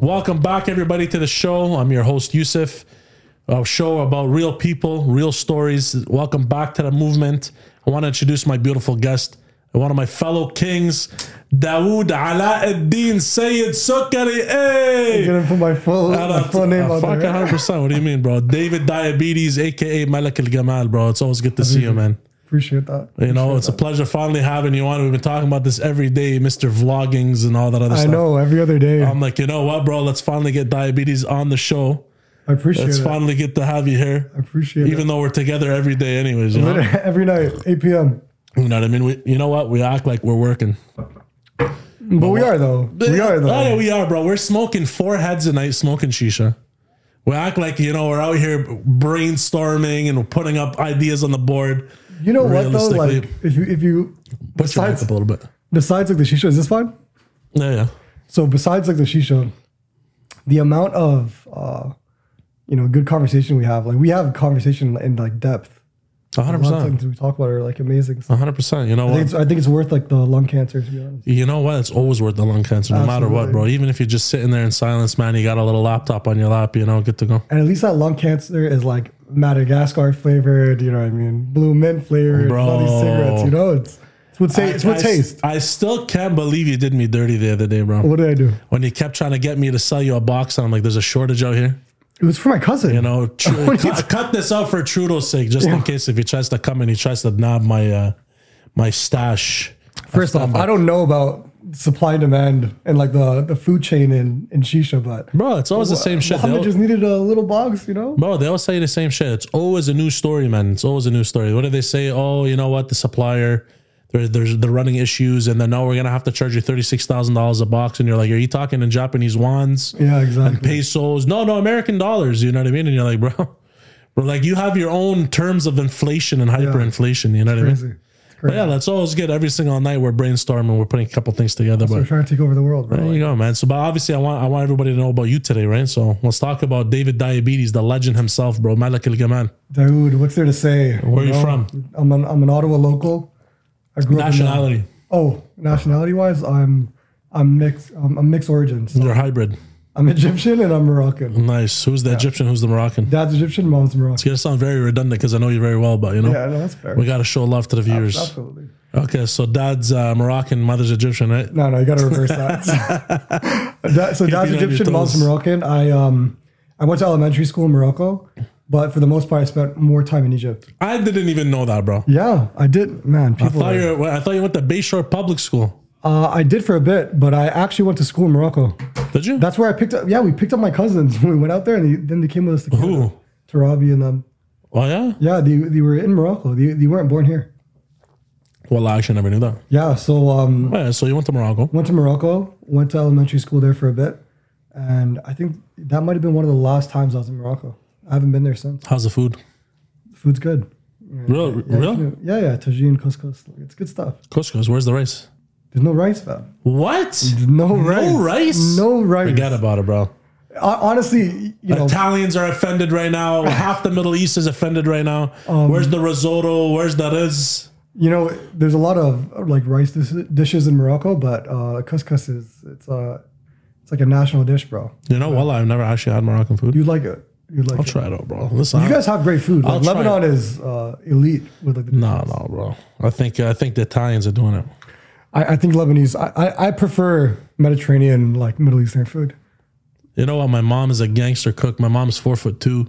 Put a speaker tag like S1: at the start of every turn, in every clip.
S1: Welcome back, everybody, to the show. I'm your host, Yusuf. A show about real people, real stories. Welcome back to the movement. I want to introduce my beautiful guest, one of my fellow kings, Dawood Alauddin Sayed Sukari. Hey!
S2: I'm gonna put my full, my full name
S1: Uh,
S2: on
S1: fuck
S2: there.
S1: 100%. What do you mean, bro? David Diabetes, aka Malik Al Gamal, bro. It's always good to see you, man.
S2: Appreciate that.
S1: You know, it's a pleasure finally having you on. We've been talking about this every day, Mr. Vloggings and all that other
S2: I
S1: stuff.
S2: know every other day.
S1: I'm like, you know what, bro? Let's finally get diabetes on the show.
S2: I appreciate
S1: Let's
S2: it.
S1: finally get to have you here,
S2: I appreciate
S1: even though we're together every day, anyways. You
S2: it.
S1: know,
S2: every night, 8 p.m.
S1: you know what I mean? We, you know what? We act like we're working.
S2: But we are though. We are though.
S1: Oh, yeah, we are, bro. We're smoking four heads a night, smoking shisha. We act like you know we're out here brainstorming and putting up ideas on the board.
S2: you know what though?
S1: Realistically-
S2: Like if you if you
S1: Put your mic up
S2: besides
S1: a little bit.
S2: besides like the shisha, is this fine?
S1: Yeah, yeah.
S2: So besides like the shisha, the amount of uh, you know good conversation we have, like we have conversation in like depth.
S1: A hundred
S2: A lot of
S1: percent.
S2: things we talk about are like amazing. So
S1: A hundred percent. You know
S2: I, think
S1: what?
S2: it's, I think it's worth like the lung cancer to be honest.
S1: You know what? It's always worth the lung cancer, no matter what,
S2: Absolutely.
S1: bro. Even if you're just sitting there in silence, man, you got a little laptop on your lap, you know, good to go.
S2: And at least that lung cancer is like Madagascar flavored, you know what I mean? Blue mint flavored,
S1: Bro.
S2: all these cigarettes, you know? It's, it's what, ta- it's
S1: I-
S2: what
S1: I s-
S2: taste.
S1: I still can't believe you did me dirty the other day, bro.
S2: What did I do?
S1: When you kept trying to get me to sell you a box, and I'm like, there's a shortage out here.
S2: It was for my cousin.
S1: You know, tru-
S2: What are you
S1: cut, cut this out for Trudeau's sake, just in case if he tries to come and he tries to nab my uh, my stash.
S2: First off, I don't know about supply and demand and like the, the food chain in, in Shisha, but
S1: Bro, it's always the same shit. They
S2: Muhammad
S1: al-
S2: just needed a little box, you know?
S1: Bro, they all say the same shit. It's always a new story, man. It's always a new story. What do they say? Oh, you know what? The supplier, they're, they're, they're running issues, and then now we're going to have to charge you $36,000 a box. And you're like, are you talking in Japanese wands,
S2: Yeah, exactly.
S1: pesos? No, no, American dollars. You know what I mean? And you're like, bro, bro, like you have your own terms of inflation and hyperinflation. You know what I mean?
S2: Crazy. It's
S1: But
S2: crazy.
S1: yeah, that's always good. Every single night we're brainstorming, we're putting a couple things together.
S2: We're
S1: But
S2: trying to take over the world, bro.
S1: there you go, man. So, but obviously, I want I want everybody to know about you today, right? So let's talk about David Diabetes, the legend himself, bro, Malik El Gaman.
S2: Dude, what's there to say?
S1: Where you from?
S2: I'm an, I'm an Ottawa local. I grew up in the-
S1: Nationality,
S2: Oh, nationality wise, I'm I'm mixed. I'm, I'm mixed origins.
S1: they're hybrid.
S2: I'm Egyptian and I'm Moroccan.
S1: Nice. Who's the Egyptian? Who's the Moroccan? It's
S2: Dad's Egyptian, mom's Moroccan.
S1: gonna sound very redundant because I know you very well, but you know
S2: Yeah, no, that's fair.
S1: we gotta show love to the viewers.
S2: Absolutely.
S1: Okay, so dad's uh, Moroccan, mother's Egyptian, right?
S2: No, no, you got to reverse that. Dad- so dad's
S1: on your
S2: Egyptian, mom's
S1: toes.
S2: Moroccan. I um I went to elementary school in Morocco, but for the most part, I spent more time in Egypt.
S1: I didn't even know that, bro.
S2: Yeah, I did. Man,
S1: I
S2: people.
S1: thought
S2: are-
S1: you were, I thought you went to Bayshore Public School.
S2: uh, I did for a bit, but I actually went to school in Morocco.
S1: Did you?
S2: That's where I picked up. Yeah, we picked up my cousins. We went out there, and they, then they came with us to Canada.
S1: Who?
S2: Tarabi and them.
S1: Oh yeah.
S2: Yeah, they, they were in Morocco. They, they weren't born here.
S1: Well, I actually never knew that.
S2: Yeah, so um,
S1: Oh, Yeah, so you went to Morocco.
S2: went to Morocco, went to elementary school there for a bit, and I think that might have been one of the last times I was in Morocco. I haven't been there since.
S1: How's the food?
S2: Food's good.
S1: Real,
S2: Yeah,
S1: real
S2: you know- yeah, yeah, tajine, couscous, like, it's good stuff.
S1: couscous. Where's the rice?
S2: There's no rice, fam.
S1: What?
S2: No, rice.
S1: rice?
S2: No rice.
S1: Forget about it, bro.
S2: Hon- Honestly, you know,
S1: Italians are offended right now. Half the Middle East is offended right now.
S2: Um,
S1: Where's the risotto? Where's the riz?
S2: you know, there's a lot of uh, like rice dis- dishes in Morocco, but uh, couscous is it's uh, it's like a national dish, bro.
S1: You know, well, I've never actually had Moroccan food.
S2: You'd like it. You'd like
S1: I'll
S2: it.
S1: try it out, bro. Listen,
S2: You guys have great food. Like,
S1: try
S2: Lebanon is uh, elite with like the.
S1: no, no, bro. I think I think the Italians are doing it.
S2: I, I think Lebanese. I, I, I prefer Mediterranean like Middle Eastern food.
S1: You know what? My mom is a gangster cook. My mom's four foot two.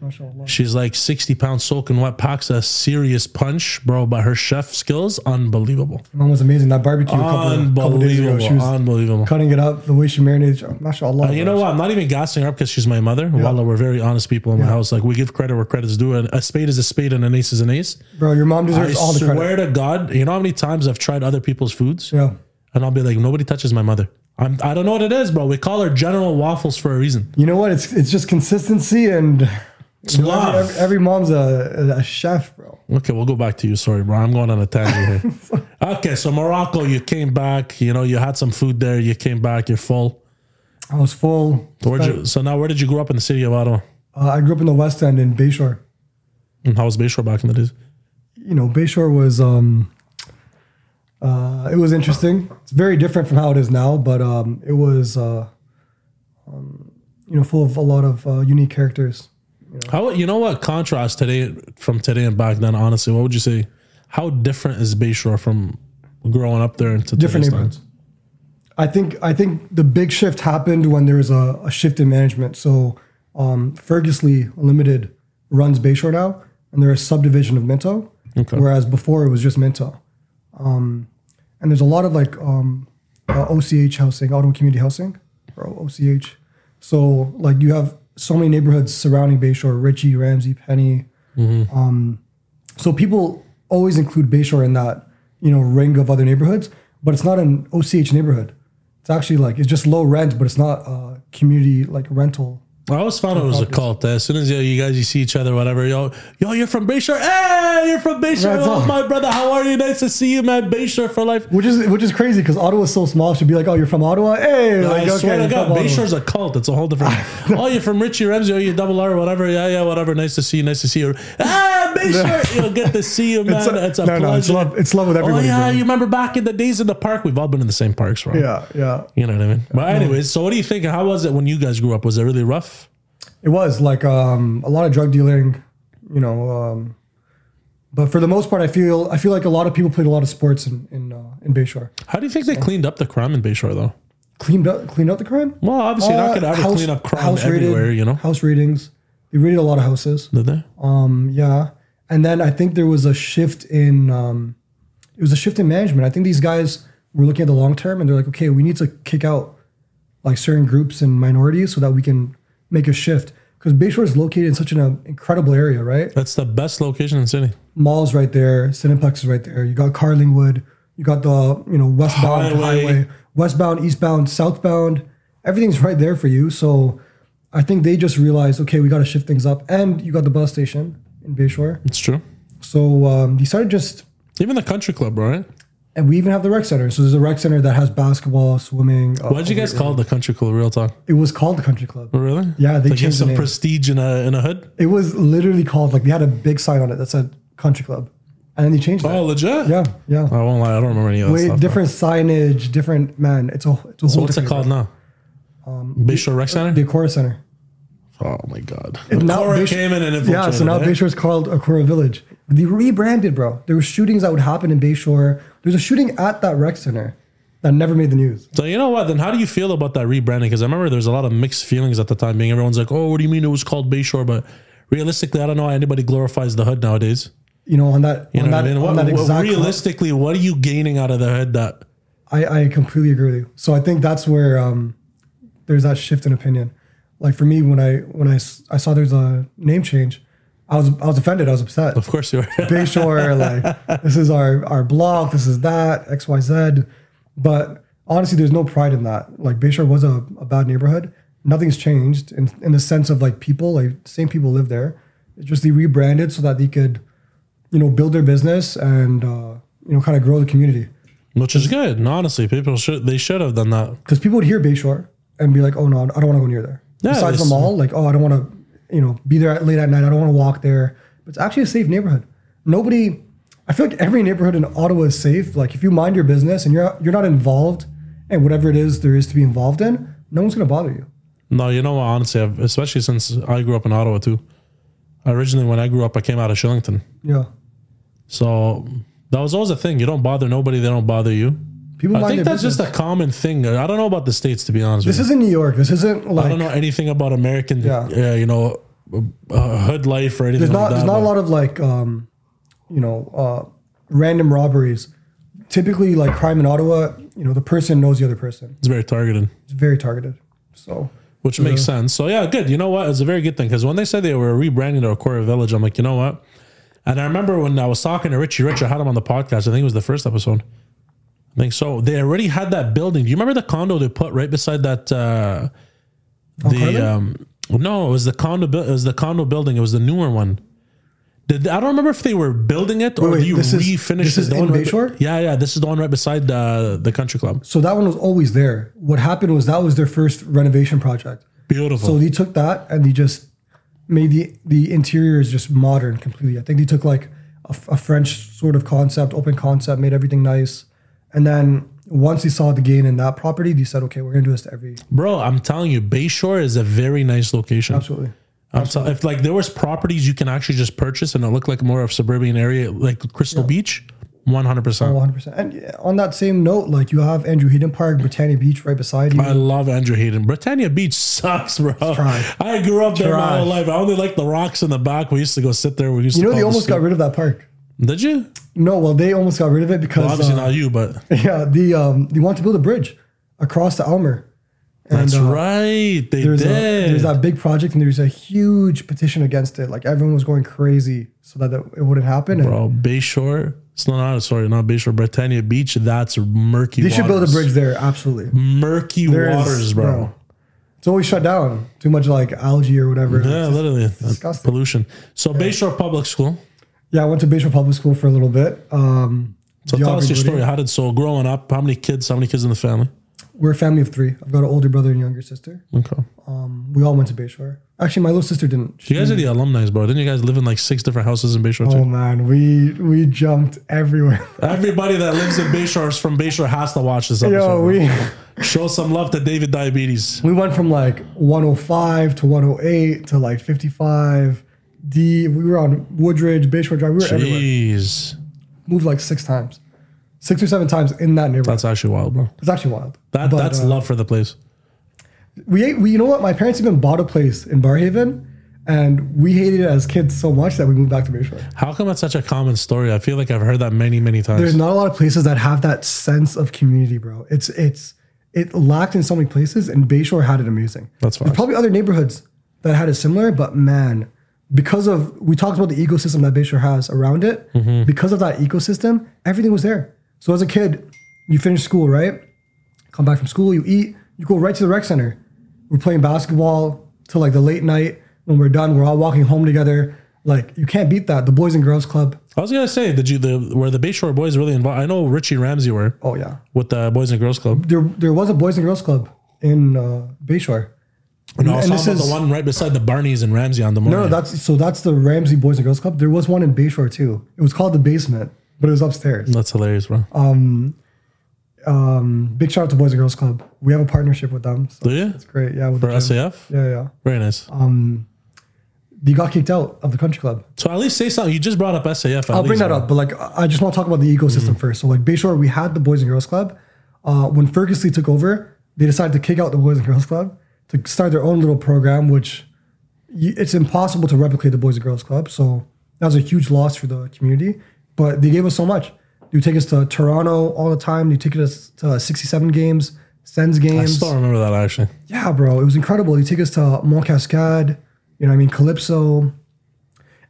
S2: Mashallah.
S1: She's like sixty pounds soaking wet. Packs a serious punch, bro. But her chef skills, unbelievable,
S2: Mom was amazing. That barbecue a couple, couple days ago,
S1: unbelievable,
S2: she was
S1: unbelievable.
S2: cutting it up the way she Oh, marinated. it. Mashallah.
S1: You know what? I'm not even gassing her up because she's my mother. Wallah, we're very honest people in my house. Like we give credit where credit's due, and a spade is a spade, and an ace is an ace.
S2: bro, your mom
S1: I
S2: deserves all the credit.
S1: swear to God, you know how many times I've tried other people's foods,
S2: Yeah,
S1: and I'll be like, nobody touches my mother. I'm, I don't know what it is, bro. We call her General Waffles for a reason.
S2: you know what? It's it's just consistency and you know,
S1: love.
S2: every, every, every mom's a, a chef, bro.
S1: Okay, we'll go back to you. Sorry, bro. I'm going on a tangent here. okay, so Morocco, you came back. You know, you had some food there. You came back. You're full.
S2: I was full.
S1: Where'd you, so now, where did you grow up in the city of Ottawa?
S2: Uh, I grew up in the West End in Bayshore.
S1: And how was Bayshore back in the days?
S2: you know, Bayshore was um, uh, it was interesting. It's very different from how it is now, but um, it was uh, you know, full of a lot of uh, unique characters.
S1: How you know what contrast today from today and back then? Honestly, what would you say? How different is Bayshore from growing up there into
S2: Different neighborhoods. I think I think the big shift happened when there was a, a shift in management. So um, Fergusley Limited runs Bayshore now, and they're a subdivision of Minto,
S1: Okay.
S2: whereas before it was just Minto. Um, and there's a lot of like um, uh, OCH housing, Ottawa Community Housing, or OCH. So like you have so many neighborhoods surrounding Bayshore, Ritchie, Ramsey, Penny, so people always include Bayshore in that you know ring of other neighborhoods, but it's not an OCH neighborhood. It's actually like it's just low rent, but it's not uh, community like rental.
S1: I always found it was a cult. As soon as you, you guys you see each other, whatever, yo, yo, you're from Bayshore. Hey, you're from Bayshore.
S2: That's
S1: Oh,
S2: all.
S1: my brother, how are you? Nice to see you, man. Bayshore for life.
S2: Which is which is crazy because Ottawa's so small. It Should be like, oh, you're from Ottawa. Hey, like,
S1: I swear
S2: you're
S1: to
S2: from
S1: God,
S2: Ottawa.
S1: Bayshore's a cult. It's a whole different. oh, you're from Richie Ramsey. Oh, you double R, whatever. Yeah, yeah, whatever. Nice to see you. Nice to see you. Ah, Bayshore. You'll get to see you, man. It's a,
S2: no,
S1: pleasure.
S2: no, it's love. It's love with
S1: Oh
S2: everybody.
S1: yeah,
S2: bro.
S1: you remember back in the days in the park? We've all been in the same parks, right?
S2: yeah, yeah.
S1: You know what I mean. But anyways, so what do you think? How was it when you guys grew up? Was it really rough?
S2: It was like um, a lot of drug dealing, you know. Um, but for the most part, I feel I feel like a lot of people played a lot of sports in in, uh, in Bayshore.
S1: How do you think they cleaned up the crime in Bayshore though?
S2: Cleaned up, cleaned up the crime.
S1: Well, obviously you're not
S2: Uh,
S1: gonna ever
S2: house-
S1: clean up crime
S2: house raided-
S1: everywhere, you know.
S2: House ratings. They rated a lot of houses.
S1: Did they?
S2: Um, yeah. And then I think there was a shift in um, it was a shift in management. I think these guys were looking at the long term and they're like, okay, we need to kick out like certain groups and minorities so that we can make a shift. Because Bayshore is located in such an um, incredible area, right?
S1: That's the best location in the city.
S2: Malls right there, Cineplex is right there. You got Carlingwood, you got the you know westbound
S1: Highway.
S2: highway. westbound, eastbound, southbound. Everything's right there for you. So I think they just realized, okay, we got to shift things up. And you got the bus station in Bayshore.
S1: It's true.
S2: So um, they started just,
S1: Even the country club, right?
S2: and we even have the rec center. So there's a rec center that has basketball, swimming. uh,
S1: Why did you guys call it the country club? Real talk.
S2: It was called the Country Club.
S1: Oh, Really?
S2: Yeah,
S1: to
S2: they
S1: give
S2: changed the
S1: some
S2: name.
S1: prestige in a in a hood.
S2: It was literally called like they had a big sign on it that said Country Club, and then they changed it.
S1: Oh, legit.
S2: Yeah, yeah.
S1: I won't lie. I don't remember any of that
S2: Wait,
S1: stuff.
S2: different signage, different man. It's a it's a
S1: So
S2: whole.
S1: what's it called
S2: different-
S1: now? Um, Bayshore Rec Center.
S2: The Acora Center.
S1: Oh my God!
S2: now
S1: Cora
S2: Bayshore-
S1: came in and
S2: Yeah,
S1: infiltrated,
S2: so now
S1: eh?
S2: Bayshore is called Acora Village. They rebranded, bro. There were shootings that would happen in Bayshore. There's a shooting at that rec center that never made the news.
S1: So you know what? Then how do you feel about that rebranding? Because I remember there's a lot of mixed feelings at the time. Being everyone's like, "Oh, what do you mean it was called Bayshore?" But realistically, I don't know how anybody glorifies the hood nowadays.
S2: You know, on that
S1: You know
S2: on that,
S1: what I mean?
S2: on
S1: What,
S2: that
S1: what-
S2: exact
S1: realistically, what are you gaining out of the hood? That
S2: I, I completely agree with you. So I think that's where um, there's that shift in opinion. Like for me, when I when I, s- I saw there's a name change, I was I was offended. I was upset.
S1: of course you are.
S2: Bayshore, like this is our our blog, this is that X Y Z. But honestly, there's no pride in that. Like Bayshore was a, a bad neighborhood. Nothing's changed in in the sense of like people, like same people live there. It's just they rebranded so that they could, you know, build their business and uh, you know kind of grow the community.
S1: Which is good. And honestly, people should they should have done that.
S2: because people would hear Bayshore and be like, "Oh no, I don't want to go near there."
S1: Yeah,
S2: Besides the
S1: it's-
S2: mall, like, "Oh, I don't want to, you know, be there at, late at night. I don't want to walk there." But it's actually a safe neighborhood. Nobody, I feel like every neighborhood in Ottawa is safe. Like, if you mind your business and you're you're not involved in whatever it is there is to be involved in, no one's gonna bother you.
S1: No, you know what? Honestly, I've, especially since I grew up in Ottawa too. Originally, when I grew up, I came out of Shillington,
S2: Yeah,
S1: so that was always a thing. You don't bother nobody; they don't bother you.
S2: people mind
S1: I think
S2: their
S1: that's
S2: business.
S1: just a common thing. I don't know about the states, to be honest. with you.
S2: this isn't New York. This isn't
S1: I don't
S2: like
S1: know anything about American,
S2: Yeah.
S1: uh, you know, uh, hood life or anything
S2: there's
S1: like
S2: not
S1: that.
S2: there's not a
S1: but
S2: lot of like um, you know uh, random robberies. Typically, like crime in Ottawa, you know, the person knows the other person.
S1: It's very targeted,
S2: It's very targeted. So
S1: which makes
S2: Uh-huh.
S1: sense. So yeah, good. You know what? It's a very good thing because when they said they were rebranding to Aquaria Village, I'm like, you know what? And I remember when I was talking to Richie Rich, I had him on the podcast. I think it was the first episode. I think so. They already had that building. Do you remember the condo they put right beside that? Uh,
S2: Carlin?
S1: the um, no, it was the condo. bu- It was the condo building. It was the newer one. Did, I don't remember if they were building it or
S2: Wait,
S1: do you
S2: this is-
S1: refinish
S2: this
S1: it?
S2: is
S1: The
S2: in
S1: one right-
S2: Bayshore?
S1: Yeah, yeah. This is the one right beside uh, the the country club.
S2: so that one was always there. What happened was that was their first renovation project.
S1: Beautiful.
S2: So they took that and they just made the the interiors just modern completely. I think they took like a, a French sort of concept, open concept, made everything nice, and then once he saw the gain in that property, they said, okay, we're going to do this to every.
S1: Bro, I'm telling you, Bayshore is a very nice location.
S2: Absolutely.
S1: I'm so, if like there was properties you can actually just purchase and it looked like more of suburban area like Crystal Beach, 100. percent
S2: 100%. And yeah, on that same note, like you have Andrew Hayden Park, Britannia Beach right beside you.
S1: I love Andrew Hayden. Britannia Beach sucks, bro.
S2: trash.
S1: I grew up there my whole
S2: Trash.
S1: life. I only like the rocks in the back. We used to go sit there. We used
S2: you
S1: to
S2: know, they
S1: call the
S2: almost got
S1: school-
S2: rid of that park.
S1: Did you?
S2: No, well, they almost got rid of it because.
S1: Obviously
S2: uh,
S1: not you, but
S2: Yeah, the um, they want to build a bridge across the Elmer. And,
S1: that's
S2: uh,
S1: right. They
S2: There's, a,
S1: did.
S2: there's that big project, and there's a huge petition against it. Like everyone was going crazy so that it wouldn't happen. And
S1: bro, Bayshore. It's not, not sorry, not Bayshore. Britannia Beach. That's murky.
S2: they should build a
S1: waters.
S2: bridge there. Absolutely,
S1: Murky
S2: There is-
S1: waters, bro.
S2: no. It's always shut down. Too much like algae or whatever.
S1: Yeah, literally.
S2: disgusting.
S1: Pollution. So Bayshore Public School.
S2: Yeah, I went to Bayshore Public School for a little bit. Um,
S1: So tell us your
S2: geography.
S1: story. How did so growing up? How many kids? How many kids in the family?
S2: We're a family of three. I've got an older brother and younger sister.
S1: Okay.
S2: Um, we all went to Bayshore. Actually, my little sister didn't. She
S1: You guys are the alumni, bro. Didn't you guys live in like six different houses in Bayshore
S2: Oh
S1: too?
S2: man, we we jumped everywhere.
S1: Everybody that lives in Bayshore is from Bayshore has to watch this episode.
S2: Oh. Yo,
S1: bro.
S2: we
S1: Show some love to David Diabetes.
S2: we went from like 105 to 108 to like 55. D. We were on Woodridge, Bayshore Drive. We were everywhere.
S1: Jeez.
S2: Moved like six times, six or seven times in that neighborhood.
S1: That's actually wild, bro.
S2: it's actually wild.
S1: That
S2: But,
S1: that's
S2: uh,
S1: love for the place.
S2: we, ate- we you know what? My parents even bought a place in Barhaven, and we hated it as kids so much that we moved back to Bayshore.
S1: How come it's such a common story? I feel like I've heard that many, many
S2: There's
S1: times.
S2: not a lot of places that have that sense of community, bro. It's it's it lacked in so many places, and Bayshore had it amazing.
S1: That's
S2: There's
S1: facts.
S2: probably other neighborhoods that had it similar, but man, because of we talked about the ecosystem that Bayshore has around it, because of that ecosystem, everything was there. So as a kid, you finish school, right? Come back from school, you eat, you go right to the rec center. We're playing basketball till like the late night. When we're done, we're all walking home together. Like you can't beat that. The boys and girls club.
S1: I was gonna say, did you the were the Bayshore boys really involved? I know Richie Ramsey were
S2: Oh yeah.
S1: with the Boys and Girls Club.
S2: there there was a boys and girls club in uh, Bayshore.
S1: No, I was
S2: and
S1: talking
S2: this
S1: about
S2: is-
S1: the one right beside the Barneys and Ramsey on the morning.
S2: No, no, that's so that's the Ramsey Boys and Girls Club. There was one in Bayshore too. It was called the Basement, but it was upstairs.
S1: That's hilarious, bro.
S2: Uh,
S1: Mm-hmm.
S2: Um, big shout out to Boys and Girls Club. We have a partnership with them. So
S1: Do you?
S2: it's great. Yeah, with
S1: For
S2: the gym.
S1: SAF?
S2: um, yeah, Uh, yeah.
S1: Very nice.
S2: They got kicked out of the country club.
S1: so at least say something. You just brought up SAF. at
S2: I'll bring
S1: least,
S2: that
S1: bro.
S2: up, but like I I just want to talk about the ecosystem first. So like Bayshore, we had the Boys and Girls Club. Uh, when Fergusley took over, they decided to kick out the Boys and Girls Club to start their own little program, which y- it's impossible to replicate the Boys and Girls Club. So that was a huge loss for the community. But they gave us so much. They would take us to Toronto all the time. They take us to 67 games, Sens
S1: I
S2: games.
S1: still remember that actually.
S2: Yeah, bro, it was incredible. You take us to Mont Cascade, you know, what I mean, Calypso,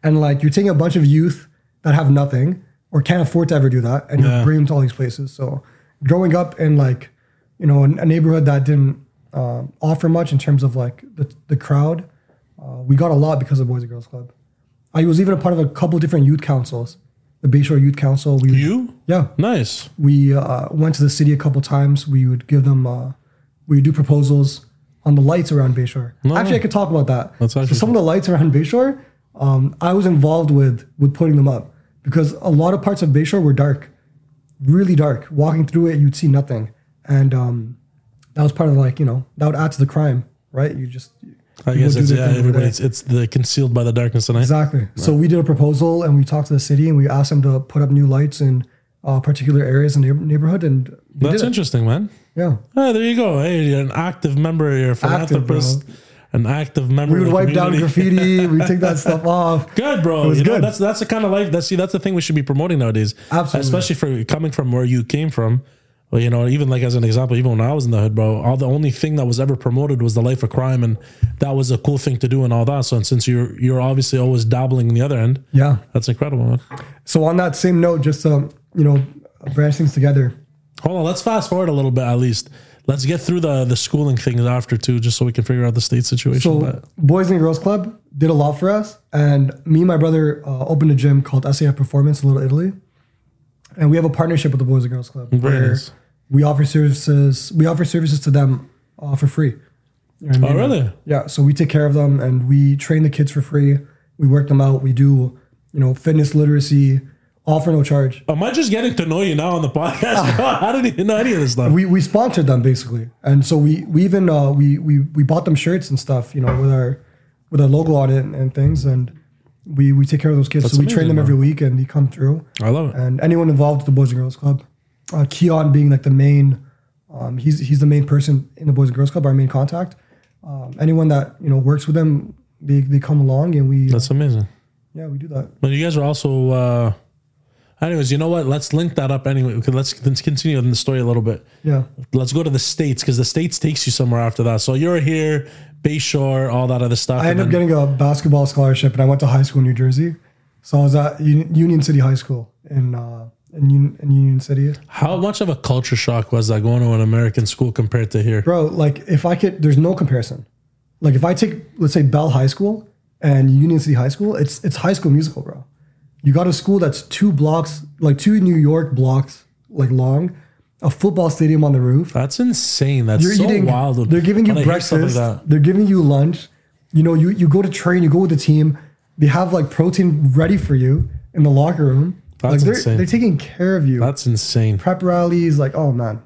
S2: and like you're taking a bunch of youth that have nothing or can't afford to ever do that, and
S1: Yeah.
S2: you bring them to all these places. So, growing up in like, you know, a neighborhood that didn't um, offer much in terms of like the the crowd, uh, we got a lot because of Boys and Girls Club. I was even a part of a couple different youth councils, the Bayshore Youth Council. We
S1: You?
S2: yeah,
S1: Nice.
S2: we uh, went to the city a couple times. We would give them, uh, we would do proposals on the lights around Bayshore. actually, I could talk about that.
S1: That's actually
S2: so some of the lights around Bayshore, um, I was involved with with putting them up because a lot of parts of Bayshore were dark, really dark. Walking through it, you'd see nothing, and um, that was part of like you know that would add to the crime, right? You just
S1: I
S2: people
S1: guess
S2: do
S1: it's
S2: their
S1: yeah,
S2: thing over
S1: everybody
S2: there.
S1: it's, it's the concealed by the darkness tonight.
S2: Exactly. So we did a proposal and we talked to the city and we asked them to put up new lights in uh, particular areas in the neighbor- neighborhood and they
S1: That's
S2: did it.
S1: interesting, man.
S2: Yeah.
S1: Ah, there you go. Hey, you're an active member, you're a
S2: Active, bro.
S1: philanthropist, an active member.
S2: We would
S1: of the
S2: wipe down
S1: community.
S2: graffiti. we take that stuff off.
S1: Good, bro.
S2: was
S1: you know,
S2: good.
S1: that's that's the kind of life. That's see, that's the thing we should be promoting nowadays.
S2: Absolutely.
S1: especially for coming from where you came from. Well, you know, even like as an example, even when I was in the hood, bro, all the only thing that was ever promoted was the life of crime, and that was a cool thing to do and all that. So, and since you're you're obviously always dabbling in the other end,
S2: Yeah.
S1: that's incredible. Man.
S2: So on that same note, just um, you know, branch things together.
S1: Hold on, let's fast forward a little bit at least. Let's get through the the schooling thing after too, just so we can figure out the state situation.
S2: So
S1: but
S2: Boys and Girls Club did a lot for us, and me and my brother uh, opened a gym called SAF Performance in Little Italy, and we have a partnership with the Boys and Girls Club where
S1: nice.
S2: we offer services. We offer services to them uh, for free. You know what I mean?
S1: oh really?
S2: Yeah, so we take care of them and we train the kids for free. We work them out. We do, you know, fitness literacy, all for no charge.
S1: Am I just getting to know you now on the podcast? I don't even know any of this stuff.
S2: We we sponsored them basically, and so we we even uh, we we we bought them shirts and stuff, you know, with our with our logo on it and, and things, and we we take care of those kids. so we train
S1: amazing,
S2: them
S1: man.
S2: every week, and they come through.
S1: I love it.
S2: and anyone involved with the Boys and Girls Club. Uh, Keon being like the main, um, he's he's the main person in the Boys and Girls Club, our main contact. Um, anyone that you know works with them, they, they come along and we
S1: That's amazing.
S2: yeah we do that.
S1: But you guys are also, uh, anyways, you know what? Let's link that up anyway. Okay, let's, let's continue on the story a little bit.
S2: Yeah,
S1: Let's go to the States because the States takes you somewhere after that. So you're here, Bayshore, all that other stuff.
S2: I
S1: and
S2: ended up
S1: then-
S2: getting a basketball scholarship, and I went to high school in New Jersey. So I was at Uni- Union City High School in uh, in, Un- in Union City.
S1: how much of a culture shock was that going to an American school compared to here?
S2: bro like if i could there's no comparison like if i take let's say bell high school and union city high school it's it's high school musical bro you got a school that's two blocks like two new york blocks like long a football stadium on the roof
S1: That's insane. That's
S2: you're
S1: so
S2: eating
S1: wild. dude.
S2: they're giving you
S1: When I hear stuff
S2: breakfast
S1: Like that.
S2: they're giving you lunch you know you, you go to train you go with the team they have like protein ready for you in the locker room
S1: That's
S2: like they're,
S1: insane.
S2: they're taking care of you
S1: That's insane.
S2: prep rallies like oh man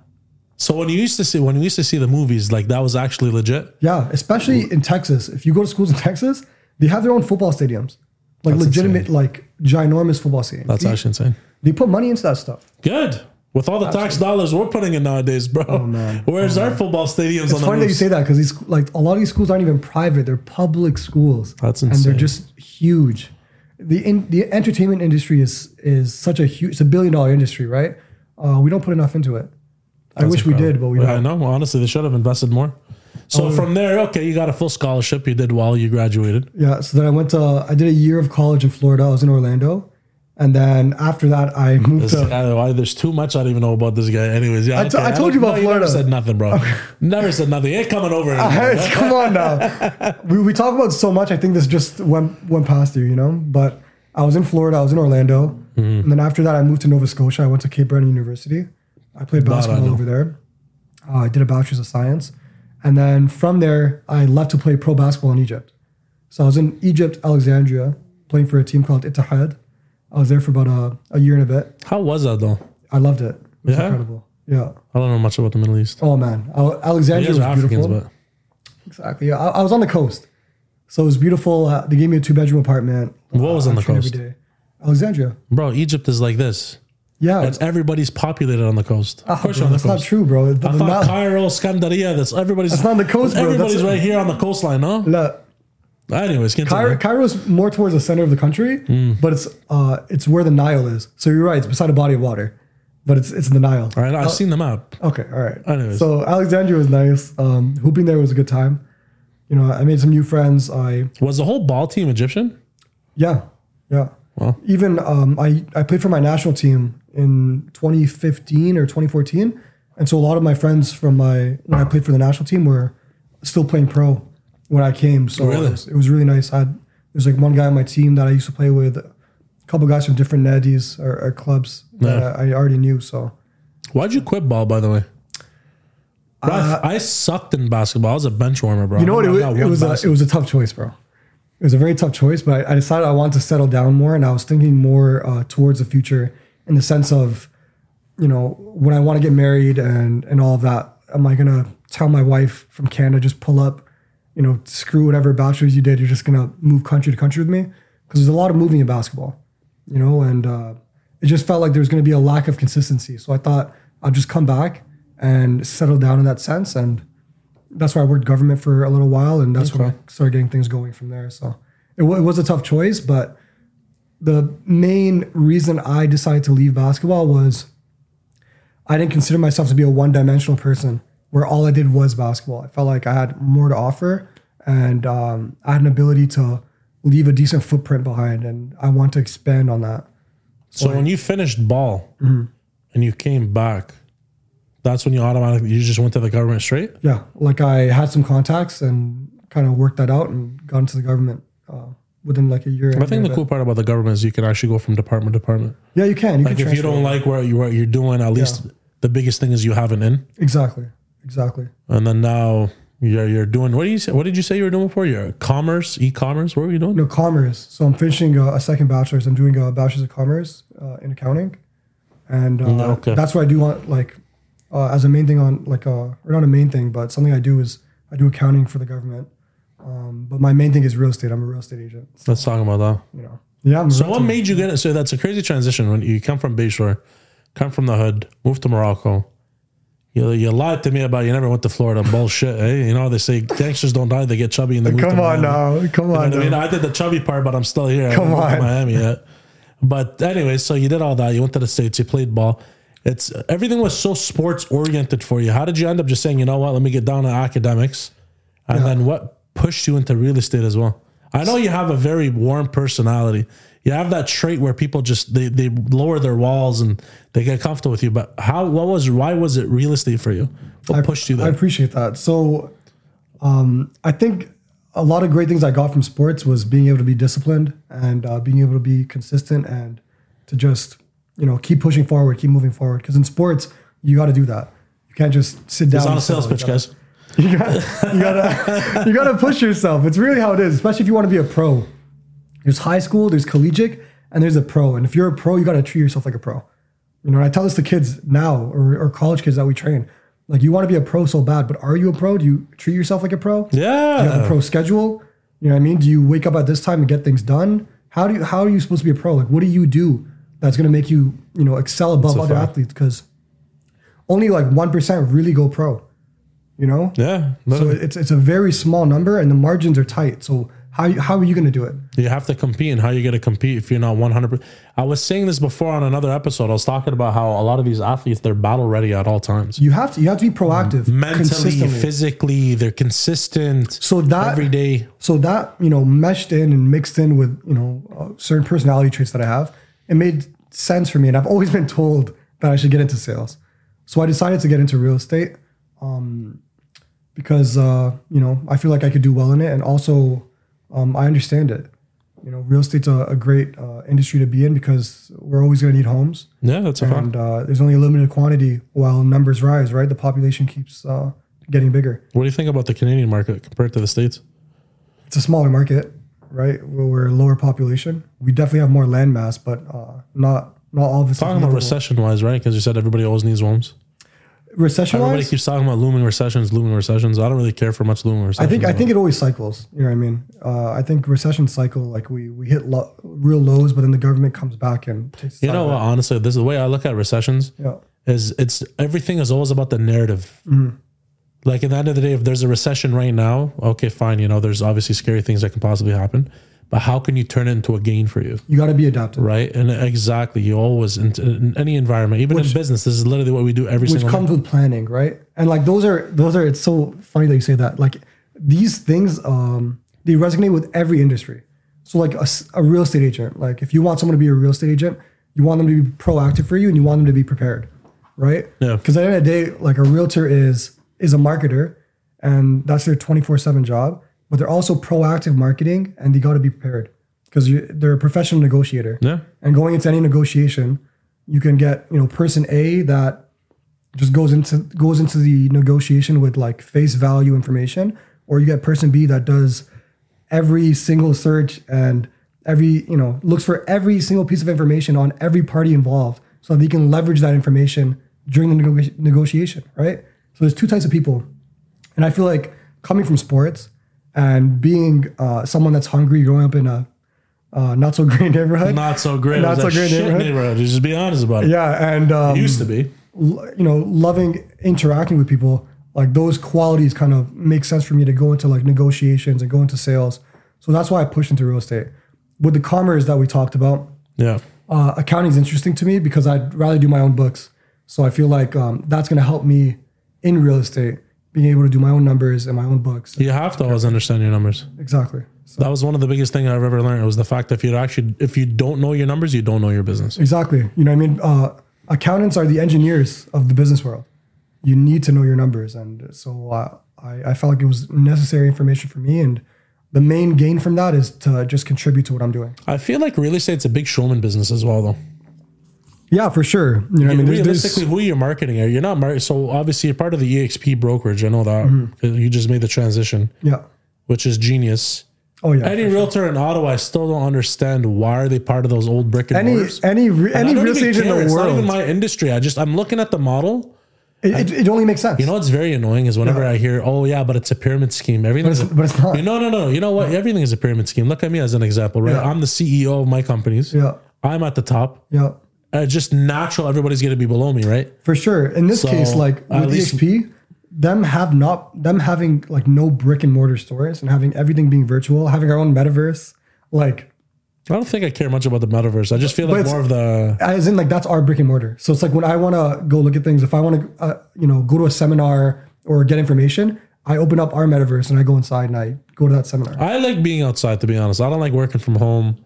S1: So when you used to see when you used to see the movies, like that was actually legit.
S2: Yeah, especially in Texas. If you go to schools in Texas, they have their own football stadiums, like
S1: That's
S2: legitimate, like ginormous football stadiums.
S1: That's
S2: they,
S1: actually insane.
S2: they put money into that stuff.
S1: Good. With all the tax dollars we're putting in nowadays, bro.
S2: Oh, man.
S1: Where's our football stadiums on
S2: It's
S1: the
S2: funny that you
S1: roofs?
S2: say that because these like a lot of these schools aren't even private; they're public schools.
S1: That's
S2: And
S1: insane.
S2: they're just huge. The in, the entertainment industry is is such a huge. It's a billion dollar industry, right? Uh, we don't put enough into it. I wish we did, but we
S1: Yeah, I
S2: don't.
S1: know. Well, honestly, they should have invested more. So
S2: Oh,
S1: from there, okay, you got a full scholarship. You did well. You graduated.
S2: Yeah. So then I went to I did a year of college in Florida. I was in Orlando, and then after that I moved
S1: This
S2: to
S1: guy, why- there's too much I don't even know about this guy. Anyways, yeah.
S2: to-
S1: okay.
S2: I told you
S1: don't-
S2: about
S1: no, never
S2: Florida.
S1: said nothing, bro. never said nothing. Ain't coming over. anymore.
S2: Guys, come on now. We, we talk about so much. I think this just went went past you, you know. But I was in Florida. I was in Orlando,
S1: Mm-hmm.
S2: and then after that, I moved to Nova Scotia. I went to Cape Breton University. I played basketball
S1: know.
S2: over there. Uh, I did a bachelor's of science, and then from there, I left to play pro basketball in Egypt. So I was in Egypt, Alexandria, playing for a team called Ittihad. I was there for about a, a year and a bit.
S1: How was that though?
S2: I loved it. It was
S1: Yeah?
S2: incredible. Yeah.
S1: I don't know much about the Middle East.
S2: Oh man, Al-
S1: You
S2: Alexandria
S1: guys
S2: was
S1: are Africans,
S2: beautiful.
S1: but
S2: Exactly. Yeah, I, I was on the coast, so it was beautiful. Uh, they gave me a two bedroom apartment.
S1: What was
S2: Uh,
S1: on the
S2: train
S1: coast?
S2: Every day. Alexandria.
S1: bro, Egypt is like this.
S2: Yeah.
S1: It's everybody's populated on the coast.
S2: Ah,
S1: of course, you're
S2: bro,
S1: on the
S2: that's not
S1: coast.
S2: true, bro. The-
S1: I
S2: the
S1: thought
S2: map-
S1: Cairo, Scandaria. That's everybody's. That's
S2: not on the coast, bro.
S1: Everybody's
S2: That's-
S1: right here on the coastline, no?
S2: look,
S1: Anyways, continue.
S2: Cairo, Cairo's more towards the center of the country,
S1: Hmm.
S2: but it's uh, it's where the Nile is. So you're right. It's beside a body of water, but it's it's in the Nile.
S1: All right, I've seen the map.
S2: Okay, all right.
S1: Anyways.
S2: So Alexandria was nice. Um, hooping there was a good time. You know, I made some new friends. I
S1: Was the whole ball team Egyptian?
S2: Yeah, yeah.
S1: Wow.
S2: Even um, I I played for my national team in 2015 or 2014, and so a lot of my friends from my when I played for the national team were still playing pro when I came. So
S1: Really?
S2: it, was, it was really nice. I had there's like one guy on my team that I used to play with, a couple guys from different neddies or, or clubs that I, I already knew. So
S1: Why'd you quit ball, by the way? Bro, I- I sucked in basketball. I was a bench warmer, bro.
S2: Uh, you know what? It was, it was a it
S1: a,
S2: was a tough choice, bro. It was a very tough choice, but I, I decided I wanted to settle down more, and I was thinking more uh, towards the future in the sense of, you know, when I want to get married and and all of that. Am I gonna tell my wife from Canada just pull up, you know, screw whatever bachelors you did? You're just gonna move country to country with me because there's a lot of moving in basketball, you know, and uh, it just felt like there was gonna be a lack of consistency. So I thought I'd just come back and settle down in that sense and that's why I worked government for a little while, and that's when I started getting things going from there. So it, wa- it was a tough choice, but the main reason I decided to leave basketball was I didn't consider myself to be a one dimensional person where all I did was basketball. I felt like I had more to offer, and um, I had an ability to leave a decent footprint behind, and I want to expand on that.
S1: so when you finished ball
S2: Mm-hmm.
S1: and you came back, that's when you automatically you just went to the government straight.
S2: Yeah, like I had some contacts and kind of worked that out and got into the government uh, within like a year.
S1: I think the cool part about the government is you can actually go from department to department.
S2: yeah, you can. You
S1: Like
S2: can
S1: if you don't
S2: transfer.
S1: like where you what you're doing, at least the biggest thing is you have an in.
S2: Exactly. Exactly.
S1: And then now You're you're doing what do you say, what did you say you were doing before? Your commerce, e-commerce. What were you doing?
S2: No, commerce. So I'm finishing uh, a, a second bachelor's. I'm doing a bachelor's of commerce uh, in accounting, and uh,
S1: No, okay.
S2: that's what I do want like uh, as a main thing on like uh, or not a main thing, but something I do is I do accounting for the government. Um, but my main thing is real estate. I'm a real estate agent. So,
S1: Let's talk about that.
S2: you know. Yeah. I'm a
S1: So
S2: real
S1: what
S2: estate-
S1: made you get it? So that's a crazy transition when you come from Bayshore, come from the hood, move to Morocco. You, you lied to me about you never went to Florida. Bullshit. Eh? You know how they say gangsters don't die; they get chubby and they move to
S2: Come
S1: Miami.
S2: on now. Come
S1: You
S2: on.
S1: know what I mean,
S2: now.
S1: I did the chubby part, but I'm still here. I
S2: um, Come
S1: haven't moved to
S2: on.
S1: Miami yet. But anyway, so you did all that. You went to the states. You played ball. It's everything was so sports oriented for you. How did you end up just saying, you know what? Let me get down to academics, and then what pushed you into real estate as well? I know you have a very warm personality. You have that trait where people just they, they lower their walls and they get comfortable with you. But how? What was? Why was it real estate for you? What pushed you
S2: I
S1: there?
S2: appreciate that. So, um, I think a lot of great things I got from sports was being able to be disciplined and uh, being able to be consistent and to just you know keep pushing forward, keep moving forward. Because in sports, you got to do that. You can't just sit down.
S1: it's not a
S2: and
S1: sales
S2: settle.
S1: pitch, guys.
S2: You gotta, you gotta, you gotta push yourself. It's really how it is, especially if you want to be a pro. There's high school, there's collegiate, and there's a pro. And if you're a pro, you gotta treat yourself like a pro. You know, and I tell this to kids now or, or college kids that we train. Like, you want to be a pro so bad, but are you a pro? Do you treat yourself like a pro?
S1: Yeah.
S2: you have a pro schedule? You know what I mean? Do you wake up at this time and get things done? How do you how are you supposed to be a pro? Like what do you do that's gonna make you, you know, excel above other
S1: fact.
S2: athletes? Because only like one percent really go pro. You know?
S1: yeah. No,
S2: So it's it's a very small number and the margins are tight. So how how are you gonna do it?
S1: You have to compete, and how you going to compete if you're not 100? I was saying this before on another episode. I was talking about how a lot of these athletes they're battle ready at all times,
S2: You have to you have to be proactive
S1: mentally,
S2: consistently.
S1: physically. They're consistent.
S2: so that
S1: every day,
S2: so that you know meshed in and mixed in with you know uh, certain personality traits that I have, it made sense for me. And I've always been told that I should get into sales, so I decided to get into real estate um, because uh, you know I feel like I could do well in it, and also um, I understand it. You know, real estate's a, a great uh, industry to be in because we're always going to need homes.
S1: yeah, that's a fact.
S2: and uh, there's only a limited quantity while numbers rise right the population keeps uh, getting bigger
S1: What do you think about the Canadian market compared to the states?
S2: it's a smaller market right we're, we're a lower population we definitely have more land mass but uh, not not all of this
S1: Talking about recession wise, right? Because you said everybody always needs homes.
S2: recession
S1: Everybody
S2: wise
S1: keeps talking about looming recessions, looming recessions. I don't really care for much looming
S2: I
S1: recessions.
S2: think I
S1: but
S2: think it always cycles. You know what I mean? Uh, I think recession cycle like we we hit lo- real lows, but then the government comes back and takes.
S1: you know what? Honestly, this is the way I look at recessions.
S2: yeah,
S1: is it's everything is always about the narrative.
S2: Mm-hmm.
S1: Like at the end of the day, if there's a recession right now, okay, fine. You know, there's obviously scary things that can possibly happen, but how can you turn it into a gain for you,
S2: you got to be adaptive,
S1: right? And exactly, you always in, in any environment, even in business, this is literally what we do every
S2: which
S1: single.
S2: comes with planning, right? And like those are those are. It's so funny that you say that. Like these things, um, they resonate with every industry. So like a, s- a real estate agent, like if you want someone to be a real estate agent, you want them to be proactive for you, and you want them to be prepared, right?
S1: Yeah.
S2: Because at the end of the day, like a realtor is is a marketer, and that's their twenty four seven job. But they're also proactive marketing, and they got to be prepared because they're a professional negotiator.
S1: Yeah.
S2: And going into any negotiation, you can get you know person A that just goes into goes into the negotiation with like face value information, or you get person B that does every single search and every you know looks for every single piece of information on every party involved, so that they can leverage that information during the nego- negotiation. Right. So there's two types of people, and I feel like coming from sports and being uh, someone that's hungry, growing up in a uh, not so great neighborhood.
S1: Not so great.
S2: Not
S1: Not
S2: so
S1: so
S2: great
S1: great shit
S2: neighborhood.
S1: neighborhood. You Just be honest about it.
S2: yeah, and um,
S1: It used to be.
S2: l- you know, loving interacting with people, like those qualities kind of make sense for me to go into like negotiations and go into sales. So that's why I pushed into real estate. With the commerce that we talked about,
S1: Yeah.
S2: uh, accounting is interesting to me because I'd rather do my own books. So I feel like um, that's going to help me in real estate, being able to do my own numbers and my own books.
S1: You have to always understand your numbers.
S2: Exactly. So,
S1: That was one of the biggest things I've ever learned. It was the fact that if you actually, if you don't know your numbers, you don't know your business.
S2: exactly. You know, what I mean, uh, accountants are the engineers of the business world. You need to know your numbers, and so uh, I, I felt like it was necessary information for me. And the main gain from that is to just contribute to what I'm doing.
S1: I feel like real estate's a big showman business as well, though.
S2: Yeah, for sure. You know, what I mean, There's- there's-
S1: realistically, who you're marketing at? You're not marketing. So obviously, you're part of the EXP brokerage. I know that
S2: Mm-hmm.
S1: 'cause you just made the transition,
S2: yeah.
S1: which is genius.
S2: Oh yeah.
S1: Any realtor in Ottawa, I still don't understand why are they part of those old brick and
S2: Any
S1: mortars.
S2: any re-
S1: And I
S2: any
S1: don't
S2: real
S1: even
S2: estate agent in
S1: care.
S2: the
S1: It's not
S2: world,
S1: even my industry. I just I'm looking at the model.
S2: it, it, it only makes sense.
S1: You know what's very annoying is whenever I hear, "Oh yeah, but it's a pyramid scheme." Everything's
S2: But it's not.
S1: You know, no, no. You know what? Everything is a pyramid scheme. Look at me as an example, right?
S2: Yeah.
S1: I'm the CEO of my companies.
S2: yeah,
S1: I'm at the top.
S2: yeah,
S1: Uh, It's just natural. Everybody's going to be below me, right?
S2: for sure. In this
S1: So,
S2: case, like
S1: at
S2: with
S1: least-
S2: EXP, them have not them having like no brick and mortar stores and having everything being virtual, having our own metaverse, like
S1: I don't think I care much about the metaverse. I just feel like
S2: But it's-
S1: more of the
S2: as in like that's our brick and mortar. So it's like when I want to go look at things, if I want to uh, you know go to a seminar or get information, I open up our metaverse and I go inside and I go to that seminar.
S1: I like being outside. To be honest, I don't like working from home.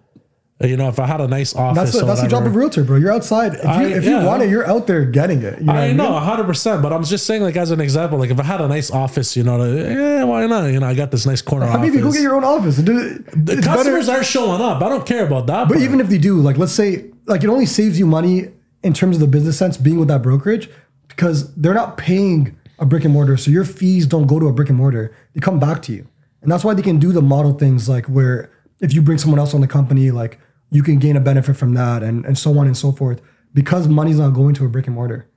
S1: Uh, You know, if I had a nice office,
S2: That's the,
S1: or
S2: that's the job
S1: whatever-
S2: of realtor, bro. You're outside. If you,
S1: I-
S2: if
S1: yeah.
S2: you want it, you're out there getting it. You know what
S1: I
S2: mean?
S1: know, hundred percent. But I'm just saying, like as an example, like if I had a nice office, you know, like, eh, why not? You know, I got this nice corner
S2: I
S1: office.
S2: mean, if you go get your own office. It,
S1: the
S2: it's better,
S1: customers are showing up. I don't care about that.
S2: but
S1: part.
S2: even if they do, like let's say, like it only saves you money in terms of the business sense being with that brokerage because they're not paying a brick and mortar, so your fees don't go to a brick and mortar. They come back to you, and that's why they can do the model things like where if you bring someone else on the company, like you can gain a benefit from that, and and so on and so forth because money's not going to a brick and mortar.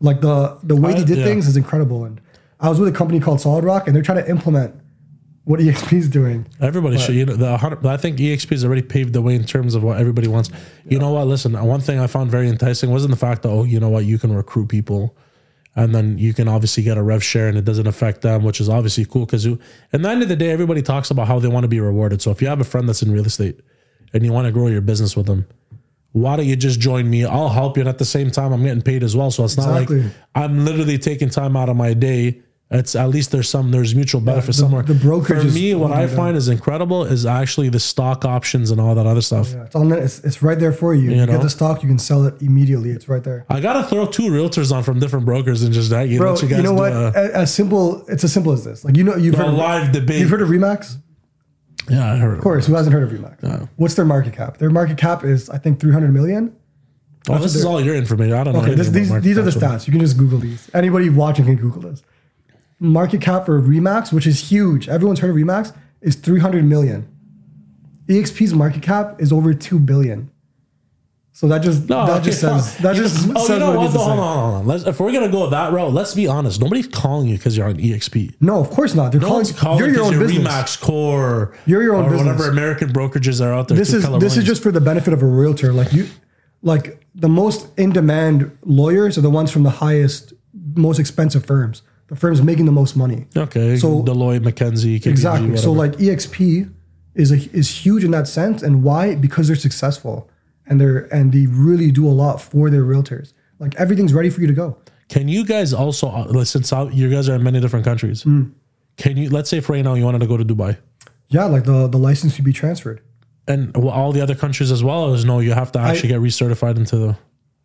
S2: Like the the way they did
S1: yeah.
S2: things is incredible, and I was with a company called Solid Rock, and they're trying to implement what EXP is doing.
S1: Everybody should. You know, the 100, I think EXP has already paved the way in terms of what everybody wants. You know what? Listen, one thing I found very enticing wasn't the fact that oh, you know what, you can recruit people, and then you can obviously get a rev share, and it doesn't affect them, which is obviously cool because at the end of the day, everybody talks about how they want to be rewarded. So if you have a friend that's in real estate and you want to grow your business with them. Why don't you just join me? I'll help you. And at the same time, I'm getting paid as well. So it's not
S2: Exactly.
S1: like I'm literally taking time out of my day. It's at least there's some, there's mutual benefit somewhere.
S2: the brokerage
S1: For
S2: is
S1: me, what I
S2: holding it
S1: find is incredible is actually the stock options and all that other stuff.
S2: Yeah, it's on there. It's, it's right there for you. You,
S1: know?
S2: get the stock, you can sell it immediately. It's right there.
S1: I gotta throw two realtors on from different brokers and just that you
S2: Bro,
S1: let you
S2: you,
S1: guys
S2: know
S1: do uh,
S2: what?
S1: A,
S2: A- as simple, it's as simple as this. Like you know, you've
S1: a
S2: heard of,
S1: live debate.
S2: you've heard of Remax. Of
S1: yeah, I heard. Of
S2: course, who hasn't heard of Remax? What's their market cap? Their market cap is I think 300 million.
S1: Oh, this is all your information. I don't know.
S2: Okay, this,
S1: anything
S2: these
S1: about
S2: these are the
S1: market
S2: stats. You can just Google these. Anybody watching can Google this. Market cap for Remax, which is huge. Everyone's heard of Remax, is 300 million. EXP's market cap is over 2 billion. So that just
S1: No,
S2: that
S1: okay,
S2: just
S1: fine.
S2: says that
S1: You
S2: just
S1: know- oh,
S2: says
S1: you know
S2: what, it
S1: what?
S2: needs
S1: though?
S2: to say.
S1: hold on, hold on. Let's, if we're gonna go that route, let's be honest. Nobody's calling you because you're on E EXP.
S2: No, of course not. They're
S1: No
S2: calling,
S1: one's calling
S2: you're your own
S1: you're
S2: business.
S1: Remax Core.
S2: You're your own
S1: or
S2: business.
S1: whatever American brokerages are out there.
S2: This
S1: to
S2: is
S1: color
S2: this is
S1: lines.
S2: just for the benefit of a realtor. Like you, like the most in demand lawyers are the ones from the highest, most expensive firms. The firms making the most money.
S1: okay. So
S2: So-
S1: Deloitte, McKenzie, KPMG,
S2: Exactly. So
S1: whatever.
S2: like EXP is a, is huge in that sense, and why? Because they're successful and they're and they really do a lot for their realtors. Like everything's ready for you to go.
S1: Can you guys also uh, since out- you guys are in many different countries?
S2: Hmm.
S1: Can you let's say if right now you wanted to go to Dubai
S2: Yeah, like the the license would be transferred.
S1: and w- all the other countries as well? As no, you have to actually get recertified into the.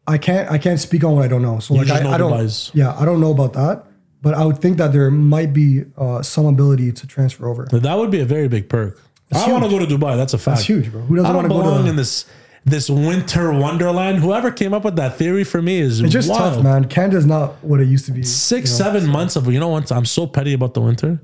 S2: I can't I can't speak on what I don't know. So like
S1: just
S2: I,
S1: know
S2: I don't
S1: Dubai's.
S2: yeah I don't know about that, but I would think that there might be uh, some ability to transfer over.
S1: That would be a very big perk. I want to go to Dubai. That's a fact.
S2: That's huge, bro. Who doesn't
S1: I
S2: want
S1: don't
S2: to go
S1: belong
S2: to?
S1: in this this winter wonderland. Whoever came up with that theory for me is
S2: it's just
S1: wild.
S2: tough, man. Canada's not what it used to be.
S1: Six, seven months of you know. Once I'm so petty about the winter.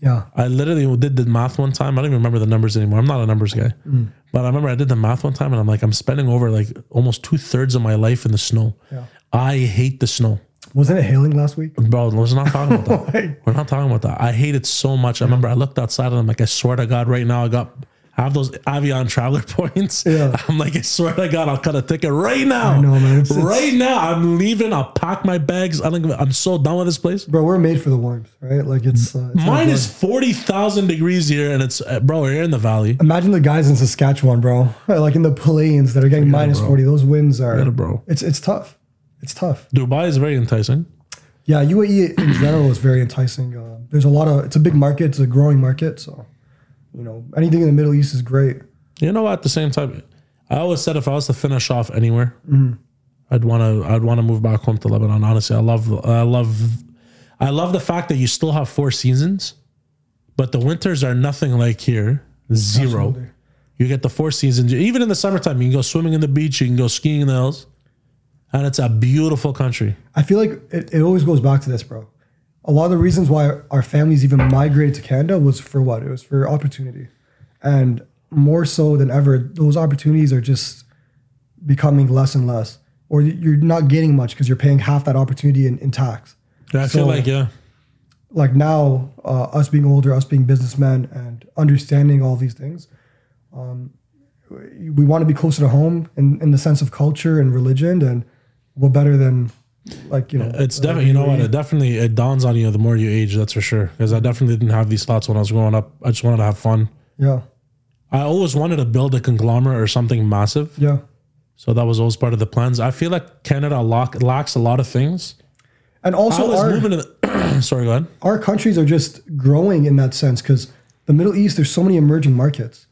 S2: Yeah,
S1: I literally did the math one time. I don't even remember the numbers anymore. I'm not a numbers guy,
S2: Hmm.
S1: but I remember I did the math one time, and I'm like, I'm spending over like almost two thirds of my life in the snow. I hate the snow,
S2: wasn't it hailing last week?
S1: bro. Let's not talk about that. We're not talking about that. I hate it so much. I remember I looked outside and I'm like, I swear to God, right now I got. I have those Avion traveler points.
S2: Yeah.
S1: I'm like, I swear to God, I'll cut a ticket right now.
S2: know, man. It's- it's-
S1: right now, I'm leaving. I'll pack my bags. I don't give, a- I'm so done with this place.
S2: Bro, we're made for the warmth, right? Like it's, uh, it's
S1: Mine
S2: outdoor.
S1: is 40,000 degrees here, and it's, uh, bro, we're in the valley.
S2: Imagine the guys in Saskatchewan, bro. Like in the plains that are getting minus forty. Those winds are,
S1: it, bro.
S2: It's it's tough. It's tough.
S1: Dubai is very enticing.
S2: Yeah, UAE in general is very enticing. Uh, there's a lot of. It's a big market. It's a growing market. So, you know, anything in the Middle East is great.
S1: You know what? At the same time, I always said if I was to finish off anywhere, I'd want to. I'd want to move back home to Lebanon. Honestly, I love. I love. I love the fact that you still have four seasons, but the winters are nothing like here. Zero. You get the four seasons. Even in the summertime, you can go swimming in the beach. You can go skiing in the hills. and it's a beautiful country.
S2: I feel like it, it always goes back to this, bro. A lot of the reasons why our families even migrated to Canada was for what? It was for opportunity. And more so than ever, those opportunities are just becoming less and less. Or you're not getting much because you're paying half that opportunity in, in tax.
S1: I
S2: So-
S1: feel like yeah,
S2: like now, uh, us being older, us being businessmen, and understanding all these things, um, we want to be closer to home in, in the sense of culture and religion. And what better than, like you know,
S1: it's
S2: uh,
S1: definitely you know what it definitely it dawns on you the more you age. That's for sure. Because I definitely didn't have these thoughts when I was growing up. I just wanted to have fun.
S2: yeah,
S1: I always wanted to build a conglomerate or something massive.
S2: yeah.
S1: So that was always part of the plans. I feel like Canada lock, lacks a lot of things.
S2: And
S1: I
S2: also,
S1: was
S2: our,
S1: moving to the. sorry, go ahead.
S2: our countries are just growing in that sense because the Middle East, there's so many emerging markets,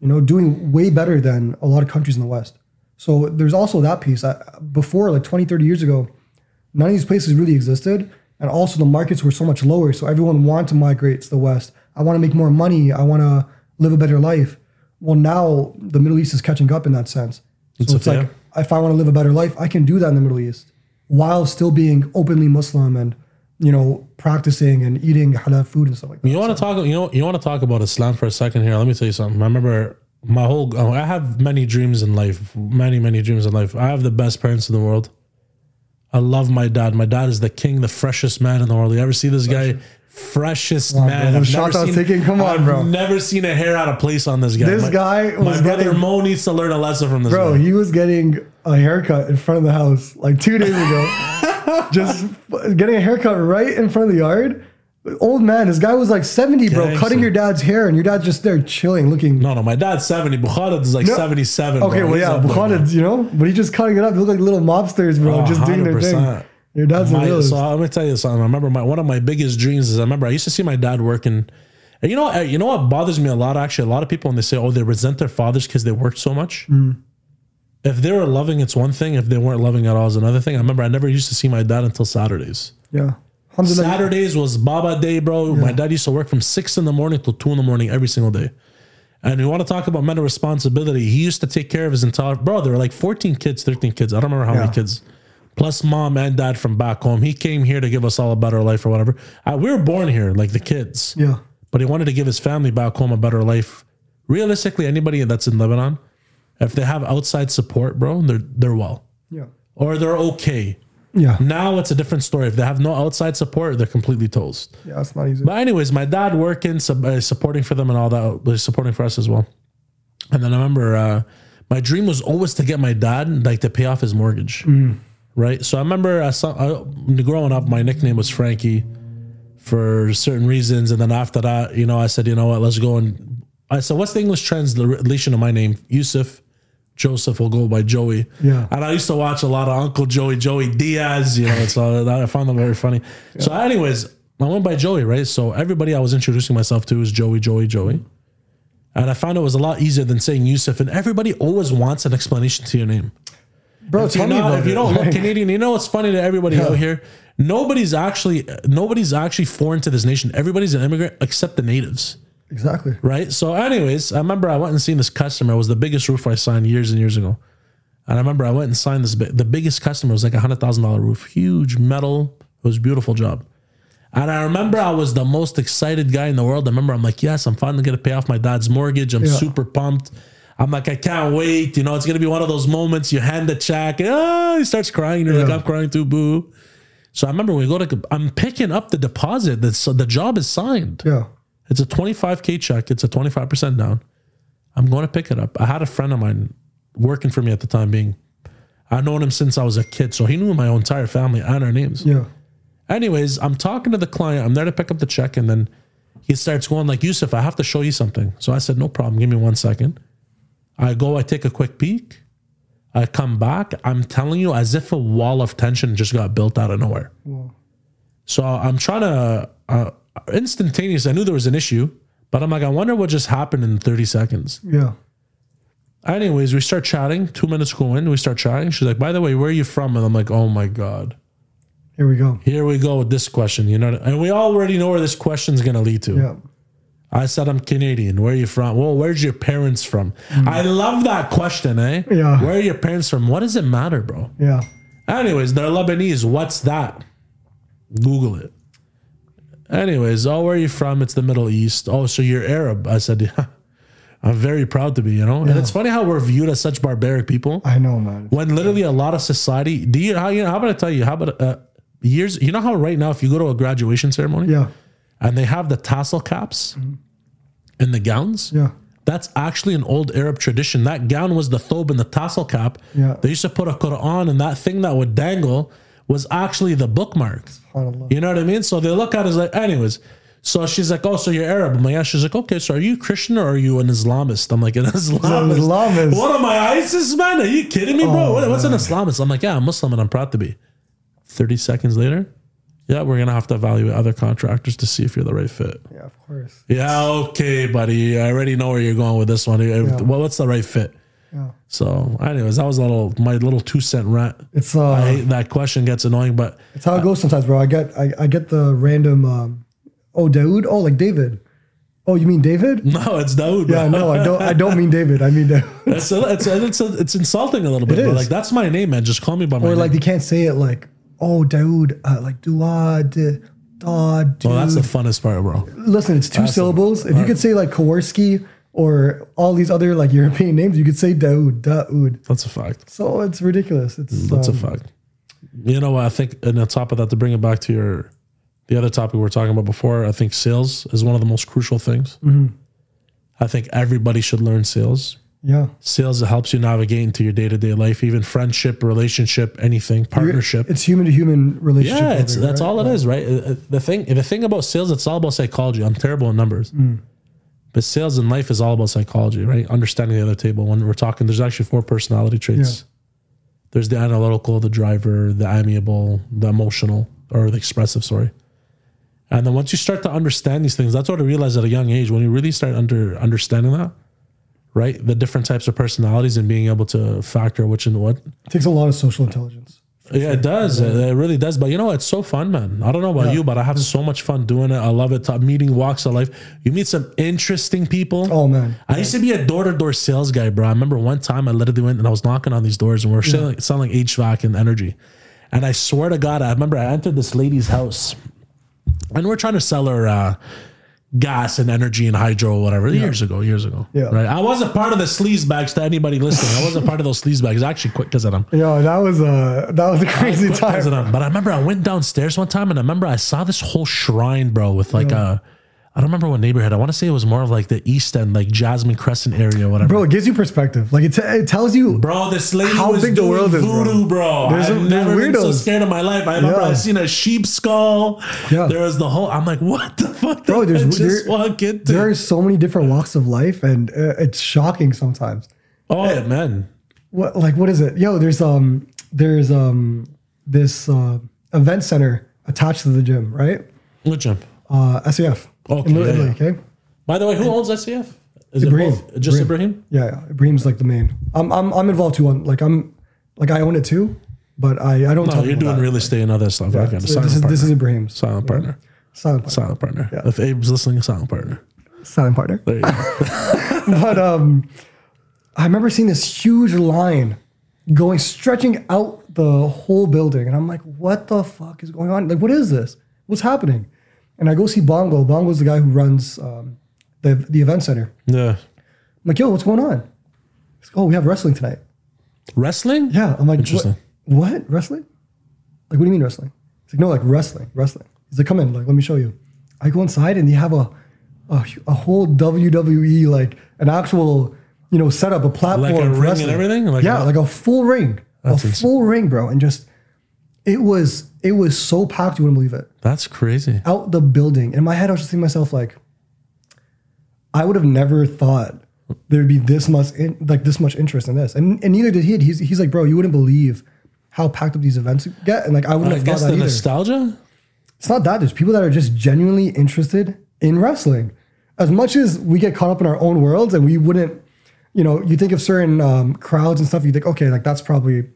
S2: you know, doing way better than a lot of countries in the West. So there's also that piece. I, before, like 20, 30 years ago, none of these places really existed. And also the markets were so much lower. So everyone wanted to migrate to the West. I want to make more money. I want to live a better life. Well, now the Middle East is catching up in that sense.
S1: It's
S2: So it's
S1: okay.
S2: like, if I want to live a better life, I can do that in the Middle East while still being openly Muslim and, you know, practicing and eating halal food and stuff like that.
S1: You want to talk? You know, you want to talk about Islam for a second here. Let me tell you something. I remember my whole. oh, I have many dreams in life. Many, many dreams in life. I have the best parents in the world. I love my dad. My dad is the king, the freshest man in the world. You ever see this guy? Freshest man.
S2: bro.
S1: I've
S2: The shot
S1: never
S2: I was
S1: seen-
S2: taking, come on,
S1: I've
S2: bro.
S1: Never seen a hair out of place on this guy.
S2: This
S1: my,
S2: guy
S1: My
S2: was
S1: brother
S2: getting-
S1: Mo needs to learn a lesson from this
S2: Bro,
S1: guy.
S2: he was getting a haircut in front of the house like two days ago. Just getting a haircut right in front of the yard. Old man, this guy was like 70, bro,
S1: Gangster.
S2: cutting your dad's hair, and your dad's just there chilling, looking.
S1: No, no, my dad's seventy. Bukharat is like seventy-seven.
S2: Okay,
S1: bro.
S2: well,
S1: He's
S2: yeah,
S1: up there, bro.
S2: Bukhana, you know, but he's just cutting it up. They look like little mobsters, bro,
S1: Oh,
S2: just doing their
S1: 100%.
S2: thing. Your dad's a
S1: My-
S2: realist.
S1: so let me tell you something. I remember my one of my biggest dreams is I remember I used to see my dad working. And you know, uh, you know what bothers me a lot. Actually, a lot of people when they say, "Oh, they resent their fathers because they worked so much." If they were loving, it's one thing. If they weren't loving at all, is another thing. I remember I never used to see my dad until Saturdays.
S2: Yeah. Alhamdulillah.
S1: Saturdays was Baba Day, bro. My dad used to work from six in the morning till two in the morning every single day. And you want to talk about men of responsibility. He used to take care of his entire bro. There were like 14 kids, 13 kids. I don't remember how many
S2: Yeah.
S1: kids. Plus mom and dad from back home. He came here to give us all a better life or whatever. Uh, we were born here, like the kids.
S2: Yeah.
S1: But he wanted to give his family back home a better life. Realistically, anybody that's in Lebanon, if they have outside support, bro, they're they're well.
S2: Yeah.
S1: Or they're okay.
S2: Yeah.
S1: Now it's a different story. If they have no outside support, they're completely toast.
S2: Yeah, that's not easy.
S1: But anyways, my dad working, sub, uh, supporting for them and all that, was supporting for us as well. And then I remember uh, my dream was always to get my dad like to pay off his mortgage, right? So I remember I saw, I, growing up, my nickname was Frankie for certain reasons, and then after that, you know, I said, you know what, let's go and I said, what's the English translation of my name, Yusuf? Joseph will go by Joey.
S2: Yeah.
S1: And I used to watch a lot of Uncle Joey, Joey Diaz. You know, it's all that I found them very funny. So, anyways, I went by Joey, right? So everybody I was introducing myself to is Joey, Joey, Joey. And I found it was a lot easier than saying Yusuf. And everybody always wants an explanation to your name.
S2: bro,
S1: If
S2: tell
S1: you're
S2: me
S1: not,
S2: about
S1: if you
S2: it.
S1: don't look
S2: Like,
S1: Canadian, you know what's funny to everybody out here? Nobody's actually nobody's actually foreign to this nation. Everybody's an immigrant except the natives.
S2: Exactly.
S1: Right. So, anyways, I remember I went and seen this customer. It was the biggest roof I signed years and years ago. And I remember I went and signed this. bi- The biggest customer was like a hundred thousand dollar roof, huge metal. It was a beautiful job. And I remember I was the most excited guy in the world. I remember I'm like, yes, I'm finally gonna pay off my dad's mortgage. I'm
S2: Yeah.
S1: super pumped. I'm like, I can't wait. You know, it's gonna be one of those moments. You hand the check, and ah, he starts crying. You're like,
S2: Yeah.
S1: I'm crying too, boo. So I remember when we go to, I'm picking up the deposit. That's the job is signed.
S2: Yeah.
S1: It's a 25K check. It's a 25% down. I'm going to pick it up. I had a friend of mine working for me at the time being. I've known him since I was a kid. So he knew my entire family and our names.
S2: Yeah.
S1: Anyways, I'm talking to the client. I'm there to pick up the check. And then he starts going like, Yusuf, I have to show you something. So I said, no problem. Give me one second. I go, I take a quick peek. I come back. I'm telling you as if a wall of tension just got built out of nowhere.
S2: Wow.
S1: So I'm trying to uh, instantaneous. I knew there was an issue, but I'm like, I wonder what just happened in 30 seconds.
S2: Yeah.
S1: Anyways, we start chatting. Two minutes go in, we start chatting. She's like, by the way, where are you from? And I'm like, oh my god,
S2: Here we go.
S1: here we go with this question. You know, and we already know where this question's gonna lead to.
S2: Yeah.
S1: I said, I'm Canadian. Where are you from? Well, where's your parents from? I love that question, eh?
S2: Mm. Yeah.
S1: Where are your parents from? What does it matter, bro?
S2: Yeah.
S1: Anyways, they're Lebanese. What's that? Google it. Anyways, oh, where are you from? It's the Middle East. Oh, so you're Arab. I said, yeah, I'm very proud to be, you know? And it's funny how we're viewed as such barbaric people
S2: I know, man.
S1: when literally a lot of society, do you, how, you know, how about I tell you, how about uh, years, you know how right now, if you go to a graduation ceremony
S2: Yeah, Mm-hmm.
S1: and they have the tassel caps and the gowns,
S2: yeah.
S1: that's actually an old Arab tradition. That gown was the thobe and the tassel cap.
S2: Yeah.
S1: They used to put a Quran, and that thing that would dangle was actually the bookmark.
S2: SubhanAllah.
S1: You know what I mean? So they look at it as like, anyways. So she's like, oh, so you're Arab. I'm like, yeah. She's like, okay, so are you Christian or are you an Islamist? I'm like, an Islamist.
S2: Islamist. Oh,
S1: What am I, ISIS, man? Are you kidding me, bro? What- What's an Islamist? I'm like, yeah, I'm Muslim and I'm proud to be. 30 seconds later, yeah, we're going to have to evaluate other contractors to see if you're the right fit.
S2: Yeah, of course.
S1: Yeah, okay, buddy. I already know where you're going with this one. Well, what's the right fit?
S2: Yeah.
S1: So, anyways, that was a little my little two cent rant.
S2: It's uh,
S1: I hate that question gets annoying, but
S2: it's how it goes sometimes, bro. I get I, I get the random um, oh Daoud, oh like David. Oh, you mean David?
S1: no, it's Daoud.
S2: Yeah,
S1: bro.
S2: no, I don't I don't mean David. I mean Daoud.
S1: It's, a, it's, a, it's, a, it's insulting a little bit, but
S2: is.
S1: like that's my name, man. Just call me by my
S2: Or
S1: name.
S2: like they can't say it like oh Daoud, uh, like Dua da da
S1: well, that's the
S2: dude.
S1: funnest part, bro.
S2: Listen, it's two syllables. If you could say like Kowarski or all these other like European names, you could say Daoud, Daoud.
S1: That's a fact.
S2: So it's ridiculous. It's
S1: Mm, That's
S2: um,
S1: a fact. You know what? I think, and on top of that, to bring it back to your the other topic we were talking about before, I think sales is one of the most crucial things.
S2: Mm-hmm.
S1: I think everybody should learn sales.
S2: yeah.
S1: sales that helps you navigate into your day-to-day life even friendship relationship anything partnership
S2: It's human to human relationship.
S1: yeah it's,
S2: building,
S1: that's
S2: right?
S1: all it is right Uh, uh, the thing the thing about sales it's all about psychology i'm terrible in numbers
S2: Mm.
S1: but sales in life is all about psychology right understanding the other table when we're talking there's actually four personality traits there's the analytical the driver the amiable the emotional or the expressive sorry and then once you start to understand these things that's what i realized at a young age when you really start under understanding that right the different types of personalities and being able to factor which and what
S2: It takes a lot of social intelligence.
S1: yeah, it does. It, it really does. But you know, it's so fun, man. I don't know about you, but I have so much fun doing it. I love it. T- Meeting walks of life. You meet some interesting people.
S2: Oh man.
S1: I used to be a door to door sales guy, bro. I remember one time I literally went and I was knocking on these doors and we were selling, selling HVAC and energy. And I swear to God, I remember I entered this lady's house and we're trying to sell her uh, gas and energy and hydro or whatever years ago, years ago.
S2: Yeah.
S1: Right. I wasn't part of the sleaze bags to anybody listening. I wasn't part of those sleaze bags. I actually quit because of them.
S2: Yeah, that was a that was a crazy
S1: What was
S2: time.
S1: it on? But I remember I went downstairs one time and I remember I saw this whole shrine, bro, with like a. I don't remember what neighborhood. I want to say it was more of like the East End, like Jasmine Crescent area, or whatever.
S2: Bro, it gives you perspective. Like it, t- it tells you.
S1: Bro, this lady
S2: How
S1: was
S2: big the
S1: doing
S2: world is, bro.
S1: voodoo, bro.
S2: There's
S1: I've
S2: some- there's
S1: never been so
S2: weirdos.
S1: scared in my life. I remember
S2: Yeah.
S1: I seen a sheep skull.
S2: Yeah.
S1: There was the whole. I'm like, what the fuck?
S2: Bro,
S1: did I
S2: there's-
S1: just
S2: there-
S1: walk into?
S2: There are so many different walks of life, and uh, it's shocking sometimes.
S1: oh man,
S2: What like what is it? Yo, there's um there's um this uh, event center attached to the gym, right?
S1: what jump?
S2: Uh, SAF.
S1: Okay,
S2: In Little
S1: yeah,
S2: Italy,
S1: yeah.
S2: okay.
S1: By the way, who owns SCF? Is it
S2: Ibrahim.
S1: both? Just Ibrahim?
S2: Yeah, yeah. Ibrahim's like the main. I'm I'm I'm involved too. On like I'm like I own it too, but I I
S1: No,
S2: don't. talk
S1: Oh, you're
S2: about
S1: doing
S2: that.
S1: real estate and other stuff. okay,
S2: So
S1: silent
S2: this is
S1: partner.
S2: this is Ibrahim's
S1: silent partner.
S2: silent partner.
S1: Silent partner. If Abe's listening, silent partner.
S2: Silent partner.
S1: There you go.
S2: but um, I remember seeing this huge line going stretching out the whole building, and I'm like, "What the fuck is going on? Like, what is this? What's happening?" And I go see Bongo. Bongo's the guy who runs um, the the event center. I'm
S1: yeah.
S2: like, "Yo, what's going on?" He's like, "Oh, we have wrestling tonight."
S1: Wrestling?
S2: Yeah, I'm like,
S1: Interesting.
S2: What, what wrestling? Like, what do you mean wrestling? He's like, no, like wrestling, wrestling. He's like, come in, like, let me show you. I go inside and they have a, a, a whole WWE like an actual you know setup, a platform,
S1: ring
S2: for
S1: and
S2: wrestling.
S1: everything? Like
S2: yeah,
S1: a-
S2: like a full ring, a
S1: That's insane.
S2: full ring, bro, and just it was it was so packed you wouldn't believe it
S1: That's crazy.
S2: out the building. In my head, I was just thinking to myself like, I would have never thought there'd be this much in, like this much interest in this, and and neither did he. He's he's like, bro, you wouldn't believe how packed up these events get, and like I wouldn't
S1: Uh, I
S2: have thought
S1: guess
S2: that
S1: the
S2: either.
S1: nostalgia?
S2: it's not that there's people that are just genuinely interested in wrestling, as much as we get caught up in our own worlds, and we wouldn't. You know, you think of certain um, crowds and stuff. You think, okay, like that's probably, you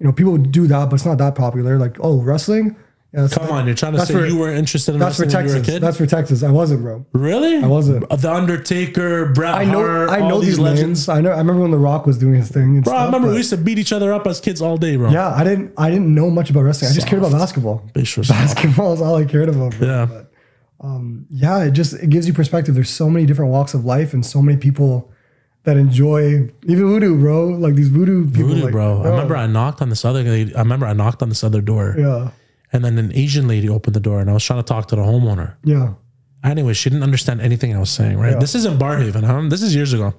S2: know, people would do that, but it's not that popular. Like, oh, wrestling, yeah, that's-
S1: Come on, you're trying to
S2: that's
S1: say
S2: for-
S1: you were interested in
S2: That's for
S1: wrestling when you were a
S2: Texas.
S1: kid?
S2: That's for Texas. I wasn't, bro.
S1: really? I
S2: wasn't.
S1: The Undertaker, Bret
S2: I know.
S1: Hart,
S2: I
S1: all
S2: know
S1: these,
S2: these
S1: legends.
S2: names. I know. I remember when The Rock was doing his thing. And
S1: Bro,
S2: stuff,
S1: I remember
S2: but-
S1: we used to beat each other up as kids all day, bro.
S2: yeah, I didn't. I didn't know much about wrestling. I just cared about basketball.
S1: Bitch was-
S2: Basketball is all I cared about. Bro.
S1: Yeah.
S2: But, um, yeah, it just it gives you perspective. There's so many different walks of life and so many people that enjoy even voodoo, bro. Like these voodoo people,
S1: Voodoo,
S2: like,
S1: bro. I remember I knocked on this other lady. I remember I knocked on this other door,
S2: Yeah,
S1: and then an Asian lady opened the door, and I was trying to talk to the homeowner.
S2: yeah.
S1: Anyway, she didn't understand anything I was saying. Right? This isn't Barhaven. Huh? This is years ago.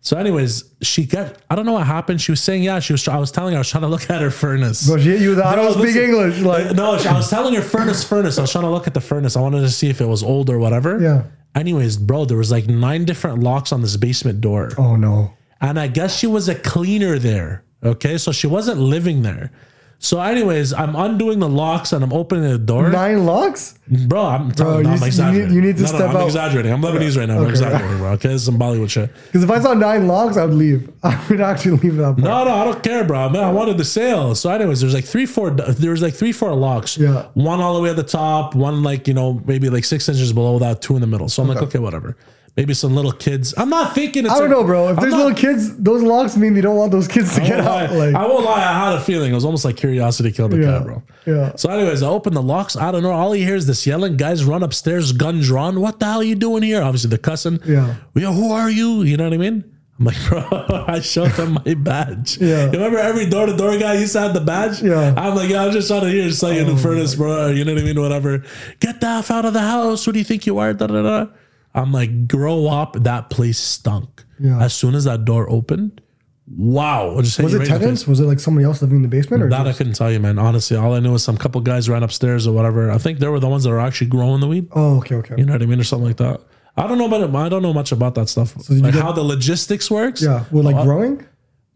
S1: So, anyways, she got. I don't know what happened. She was saying, yeah, she was. I was telling her I was trying to look at her furnace.
S2: Bro, she hit you with the, I
S1: No,
S2: don't speak
S1: listen.
S2: English. Like,
S1: no, I was telling her furnace, furnace. I was trying to look at the furnace. I wanted to see if it was old or whatever.
S2: Yeah.
S1: Anyways, bro, there was like nine different locks on this basement door.
S2: oh no.
S1: And I guess she was a cleaner there. Okay. So she wasn't living there. So, anyways, I'm undoing the locks and I'm opening the door.
S2: Nine locks?
S1: bro, I'm
S2: Bro,
S1: telling
S2: you-
S1: no,
S2: you
S1: I'm
S2: need-
S1: exaggerating.
S2: you need to
S1: No, no,
S2: step
S1: I'm
S2: out.
S1: exaggerating. I'm Lebanese right now. I'm exaggerating, bro. Okay. This is some Bollywood shit.
S2: Because if I saw nine locks, I'd leave. I would actually leave that. Part.
S1: No, no, I don't care, bro. Man, I wanted the sale. So, anyways, there's like three, four. There was like three, four locks.
S2: Yeah.
S1: One all the way at the top. One like you know maybe like six inches below that. Two in the middle. So I'm like, okay, whatever. Maybe some little kids. I'm not thinking. It's
S2: I don't
S1: a-
S2: know, bro. If
S1: I'm
S2: there's
S1: not-
S2: little kids, those locks mean you don't want those kids to
S1: I
S2: get
S1: won't
S2: out.
S1: lie.
S2: Like,
S1: I won't lie. I had a feeling. It was almost like curiosity killed the
S2: Yeah.
S1: cat, bro.
S2: Yeah.
S1: So, anyways, I open the locks. I don't know. All he hears is this yelling. Guys run upstairs, gun drawn. What the hell are you doing here? Obviously, they're cussing.
S2: Yeah.
S1: Yo, who are you? You know what I mean? I'm like, bro, I showed them my badge.
S2: Yeah.
S1: You remember every door to door guy used to have the badge?
S2: Yeah. Oh
S1: I'm like, yeah, I'm just trying to hear something in the furnace, bro. You know what I mean? Whatever. Get the F out of the house. Who do you think you are? Da, da, da. I'm like, grow up. That place stunk.
S2: Yeah.
S1: As soon as that door opened, wow. Just hit
S2: was
S1: you
S2: it
S1: right in the face.
S2: tenants? Was it like somebody else living in the basement? Or
S1: That I couldn't tell you, man. Honestly, all I knew was some couple guys ran upstairs or whatever. I think they were the ones that were actually growing the weed.
S2: oh, okay, okay.
S1: You know what I mean, or something like that. I don't know about it. I don't know much about that stuff.
S2: you
S1: like
S2: get-
S1: how the logistics works.
S2: Yeah, Oh, we're like growing.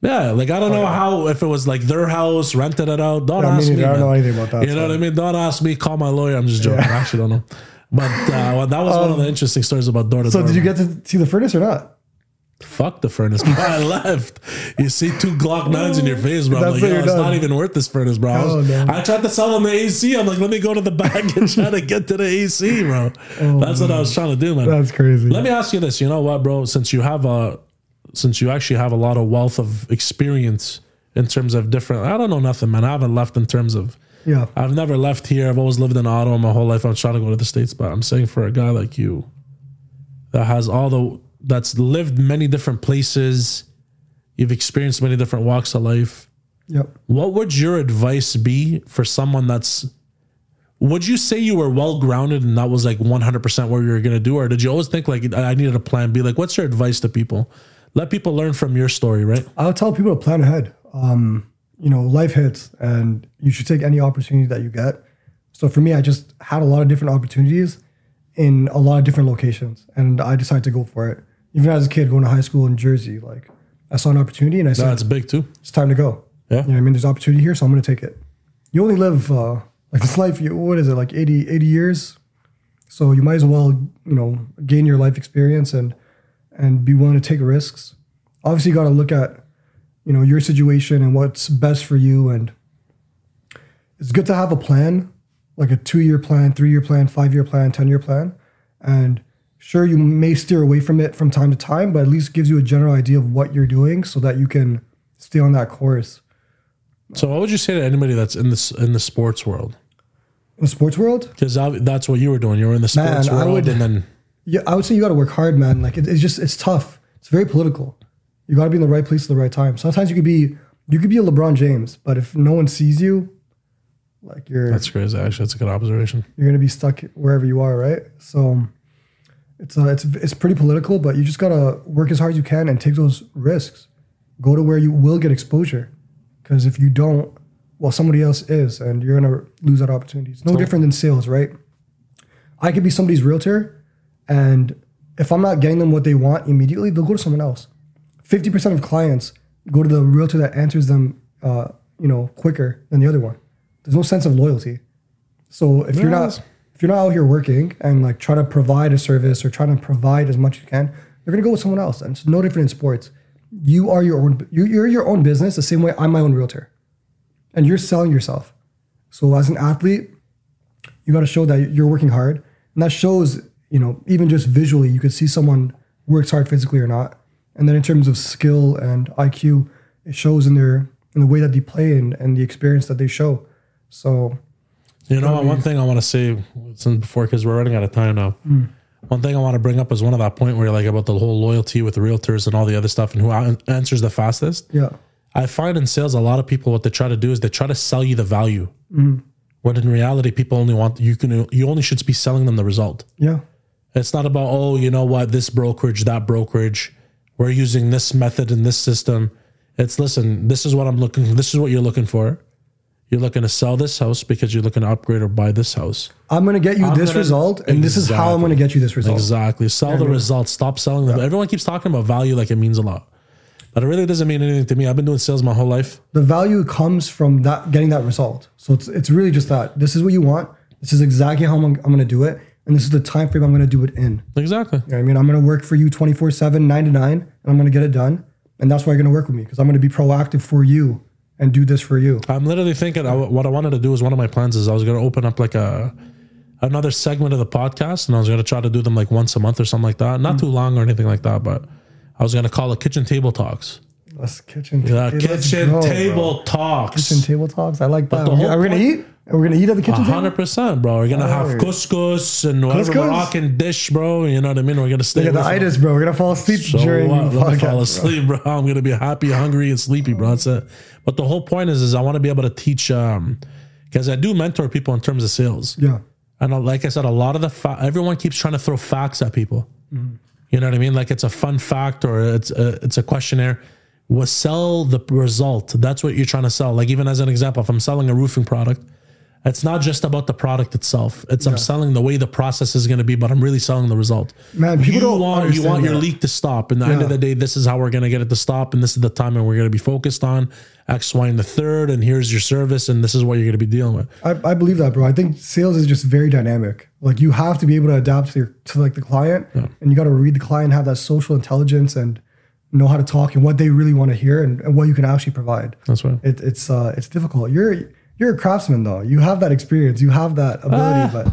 S1: Yeah, like I don't know how if it was like their house rented it out. Don't
S2: I
S1: ask
S2: mean,
S1: me.
S2: I
S1: man.
S2: don't know anything about that.
S1: You
S2: so-
S1: know what I mean? Don't ask me. Call my lawyer. I'm just joking. I actually don't know. But uh, well, that was one of the interesting stories about door to door.
S2: Um, So, did you get to see the furnace or not?
S1: Fuck the furnace, bro. I left. You see two Glock nines in your face, bro. I'm
S2: That's
S1: like,
S2: what
S1: yo,
S2: you're
S1: it's not
S2: done.
S1: even worth this furnace, bro. I, was-
S2: Oh, no.
S1: I tried to sell them the AC. I'm like, let me go to the back and try to get to the AC, bro. That's what I was trying to do, man.
S2: Oh, That's crazy.
S1: Let me ask you this. You know what, bro? Since you have a, since you actually have a lot of wealth of experience in terms of different, I don't know nothing, man. I haven't left in terms of,
S2: yeah,
S1: I've never left here. I've always lived in Ottawa my whole life. I'm trying to go to the states, but I'm saying for a guy like you, that has all the that's lived many different places, you've experienced many different walks of life.
S2: yep.
S1: What would your advice be for someone that's? Would you say you were well grounded and that was like 100 percent what you were gonna do, or did you always think like I I needed a plan B? Like, what's your advice to people? Let people learn from your story, right?
S2: I'll tell people to plan ahead. Um, you know, life hits, and you should take any opportunity that you get. So for me, I just had a lot of different opportunities in a lot of different locations, and I decided to go for it. Even as a kid, going to high school in Jersey, like I saw an opportunity, and I said,
S1: That's big too.
S2: "It's time to go."
S1: Yeah.
S2: You know, what I mean, there's opportunity here, so I'm going to take it. You only live uh, like this life. You, what is it like 80, 80 years? So you might as well, you know, gain your life experience and and be willing to take risks. Obviously, you got to look at you know your situation and what's best for you. And it's good to have a plan, like a two year plan, three year plan, five year plan, ten year plan. And sure, you may steer away from it from time to time, but at least gives you a general idea of what you're doing so that you can stay on that course.
S1: So, what would you say to anybody that's in this in the sports world?
S2: In the sports world,
S1: Because that's what you were doing. You were in the sports
S2: Man, I
S1: world,
S2: would-
S1: and then
S2: yeah, I would say you got to work hard, man. Like it, it's just it's tough. It's very political. You got to be in the right place at the right time. Sometimes you could be you could be a LeBron James, but if no one sees you, like you're
S1: that's crazy. Actually, that's a good observation.
S2: you're gonna be stuck wherever you are, right? So it's uh, it's it's pretty political, but you just gotta work as hard as you can and take those risks. Go to where you will get exposure, because if you don't, well, somebody else is, and you're gonna lose that opportunity. It's no different than sales, right? I could be somebody's realtor, and if I'm not getting them what they want immediately, they'll go to someone else. Fifty percent of clients go to the realtor that answers them, uh, you know, quicker than the other one. There's no sense of loyalty. So if you're not
S1: Yes.
S2: if you're not out here working and like trying to provide a service or trying to provide as much as you can, you're gonna go with someone else. And it's no different in sports. You are your own. you- You're your own business. The same way I'm my own realtor, and you're selling yourself. So as an athlete, You got to show that you're working hard, and that shows. You know, even just visually, you could see someone works hard physically or not. And then in terms of skill and IQ, it shows in their in the way that they play and, and the experience that they show. So
S1: You know, one thing I want to say since before, because we're running out of time now.
S2: Hmm.
S1: One thing I want to bring up is one of that point where, like, about the whole loyalty with realtors and all the other stuff, and who an- answers the fastest.
S2: yeah,
S1: I find in sales, a lot of people what they try to do is they try to sell you the value,
S2: Hmm.
S1: when in reality, people only want you can you only should be selling them the result.
S2: yeah,
S1: It's not about oh, you know what, this brokerage, that brokerage, we're using this method and this system. It's listen, this is what I'm looking. This is what you're looking for. You're looking to sell this house because you're looking to upgrade or buy this house.
S2: I'm gonna get you this
S1: gonna-
S2: result, and this is how I'm gonna get you this result.
S1: Exactly. Sell the results. Stop selling them. Everyone keeps talking about value like it means a lot, but it really doesn't mean anything to me. I've been doing sales my whole life.
S2: The value comes from that getting that result. So it's it's really just that. This is what you want. This is exactly how I'm, I'm gonna do it, and this is the time frame I'm gonna do it in.
S1: Exactly.
S2: You know what I mean, I'm gonna work for you 24 seven, nine to nine, and I'm gonna get it done. And that's why you're gonna work with me because I'm gonna be proactive for you and do this for you.
S1: I'm literally thinking I, what I wanted to do is one of my plans is I was going to open up like a another segment of the podcast and I was going to try to do them like once a month or something like that. Not too
S2: Hmm.
S1: long or anything like that, but I was going to call it kitchen table talks.
S2: Let's kitchen,
S1: Uh,
S2: hey, let's
S1: kitchen
S2: go, bro.
S1: table talks.
S2: Kitchen table talks. I like that.
S1: the
S2: Are we,
S1: whole
S2: are we gonna
S1: point-
S2: eat? Are we gonna eat at the kitchen table?
S1: hundred percent, bro. We're gonna have couscous and whatever
S2: Couscous?
S1: Moroccan dish, bro. You know what I mean? We're gonna stay.
S2: Yeah, the
S1: away from-
S2: itis, bro. We're gonna fall asleep
S1: So
S2: during
S1: what?
S2: the
S1: Let me fall
S2: podcast.
S1: asleep, bro. I'm gonna be happy, hungry, and sleepy, bro. That's it. But the whole point is, is I want to be able to teach, um, because I do mentor people in terms of sales.
S2: Yeah,
S1: And uh, like I said, a lot of the fa- everyone keeps trying to throw facts at people.
S2: Mm-hmm.
S1: You know what I mean? Like it's a fun fact or it's a, it's a questionnaire. Was sell the result. That's what you're trying to sell. Like even as an example, if I'm selling a roofing product, it's not just about the product itself. It's I'm selling the way the process is going to be, but I'm really selling the result.
S2: Man, people
S1: you
S2: don't
S1: want you
S2: understand
S1: want your
S2: that.
S1: leak to stop. And the end of the day, this is how we're going to get it to stop, and this is the time and we're going to be focused on X, Y, and the third. And here's your service, and this is what you're going to be dealing with.
S2: I, I believe that, bro. I think sales is just very dynamic. Like you have to be able to adapt to, your, to like the client, and you got to read the client, have that social intelligence, and know how to talk and what they really want to hear and, and what you can actually provide.
S1: That's right.
S2: It, it's uh, it's difficult. You're you're a craftsman though. You have that experience. You have that ability, but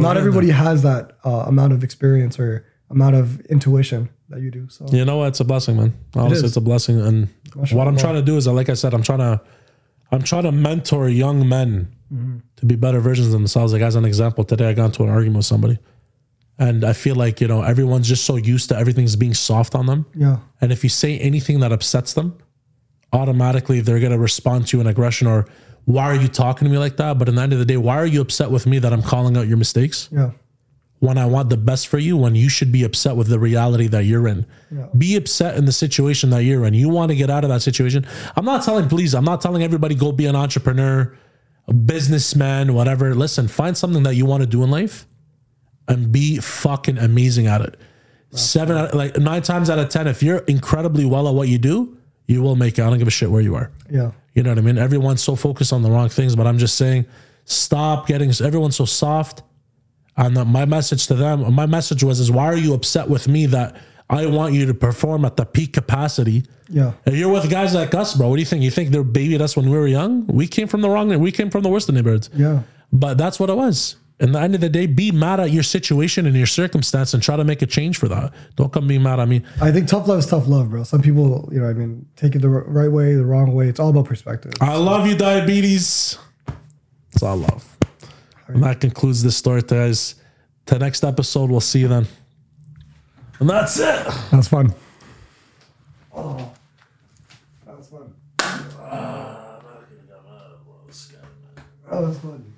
S2: not
S1: getting
S2: everybody has that uh, amount of experience or amount of intuition that you do. So
S1: You know what? It's a blessing, man. Honestly,
S2: is.
S1: it's a blessing. And what I'm trying to do is, like I said, I'm trying to, I'm trying to mentor young men to be better versions of themselves. Like as an example, today I got into an argument with somebody, and I feel like you know everyone's just so used to everything's being soft on them,
S2: yeah,
S1: and if you say anything that upsets them, automatically they're gonna respond to you in aggression or why are you talking to me like that? But at the end of the day, why are you upset with me that I'm calling out your mistakes?
S2: yeah.
S1: when I want the best for you, when you should be upset with the reality that you're in. Be upset in the situation that you're in. You want to get out of that situation. I'm not telling, please, I'm not telling everybody go be an entrepreneur, a businessman, whatever. Listen, find something that you want to do in life and be fucking amazing at it. Seven, out, like nine times out of 10, if you're incredibly well at what you do, you will make it. I don't give a shit where you are.
S2: Yeah.
S1: You know what I mean? Everyone's so focused on the wrong things, but I'm just saying, stop getting everyone's so soft. And that my message to them, my message was, is why are you upset with me that I want you to perform at the peak capacity?
S2: Yeah.
S1: If you're with guys like us, bro, what do you think? You think they're babied us when we were young? We came from the wrong, we came from the worst of neighborhoods.
S2: Yeah.
S1: But that's what it was. In the end of the day, be mad at your situation and your circumstance and try to make a change for that. Don't come be mad at me.
S2: I think tough love is tough love, bro. Some people, you know, what I mean, take it the r- right way, the wrong way. It's all about perspective.
S1: I love you, diabetes. That's all I love. And that concludes this story, guys. To next episode, we'll see you then. And that's it.
S2: That's fun. Oh, that was fun. Oh, that was fun.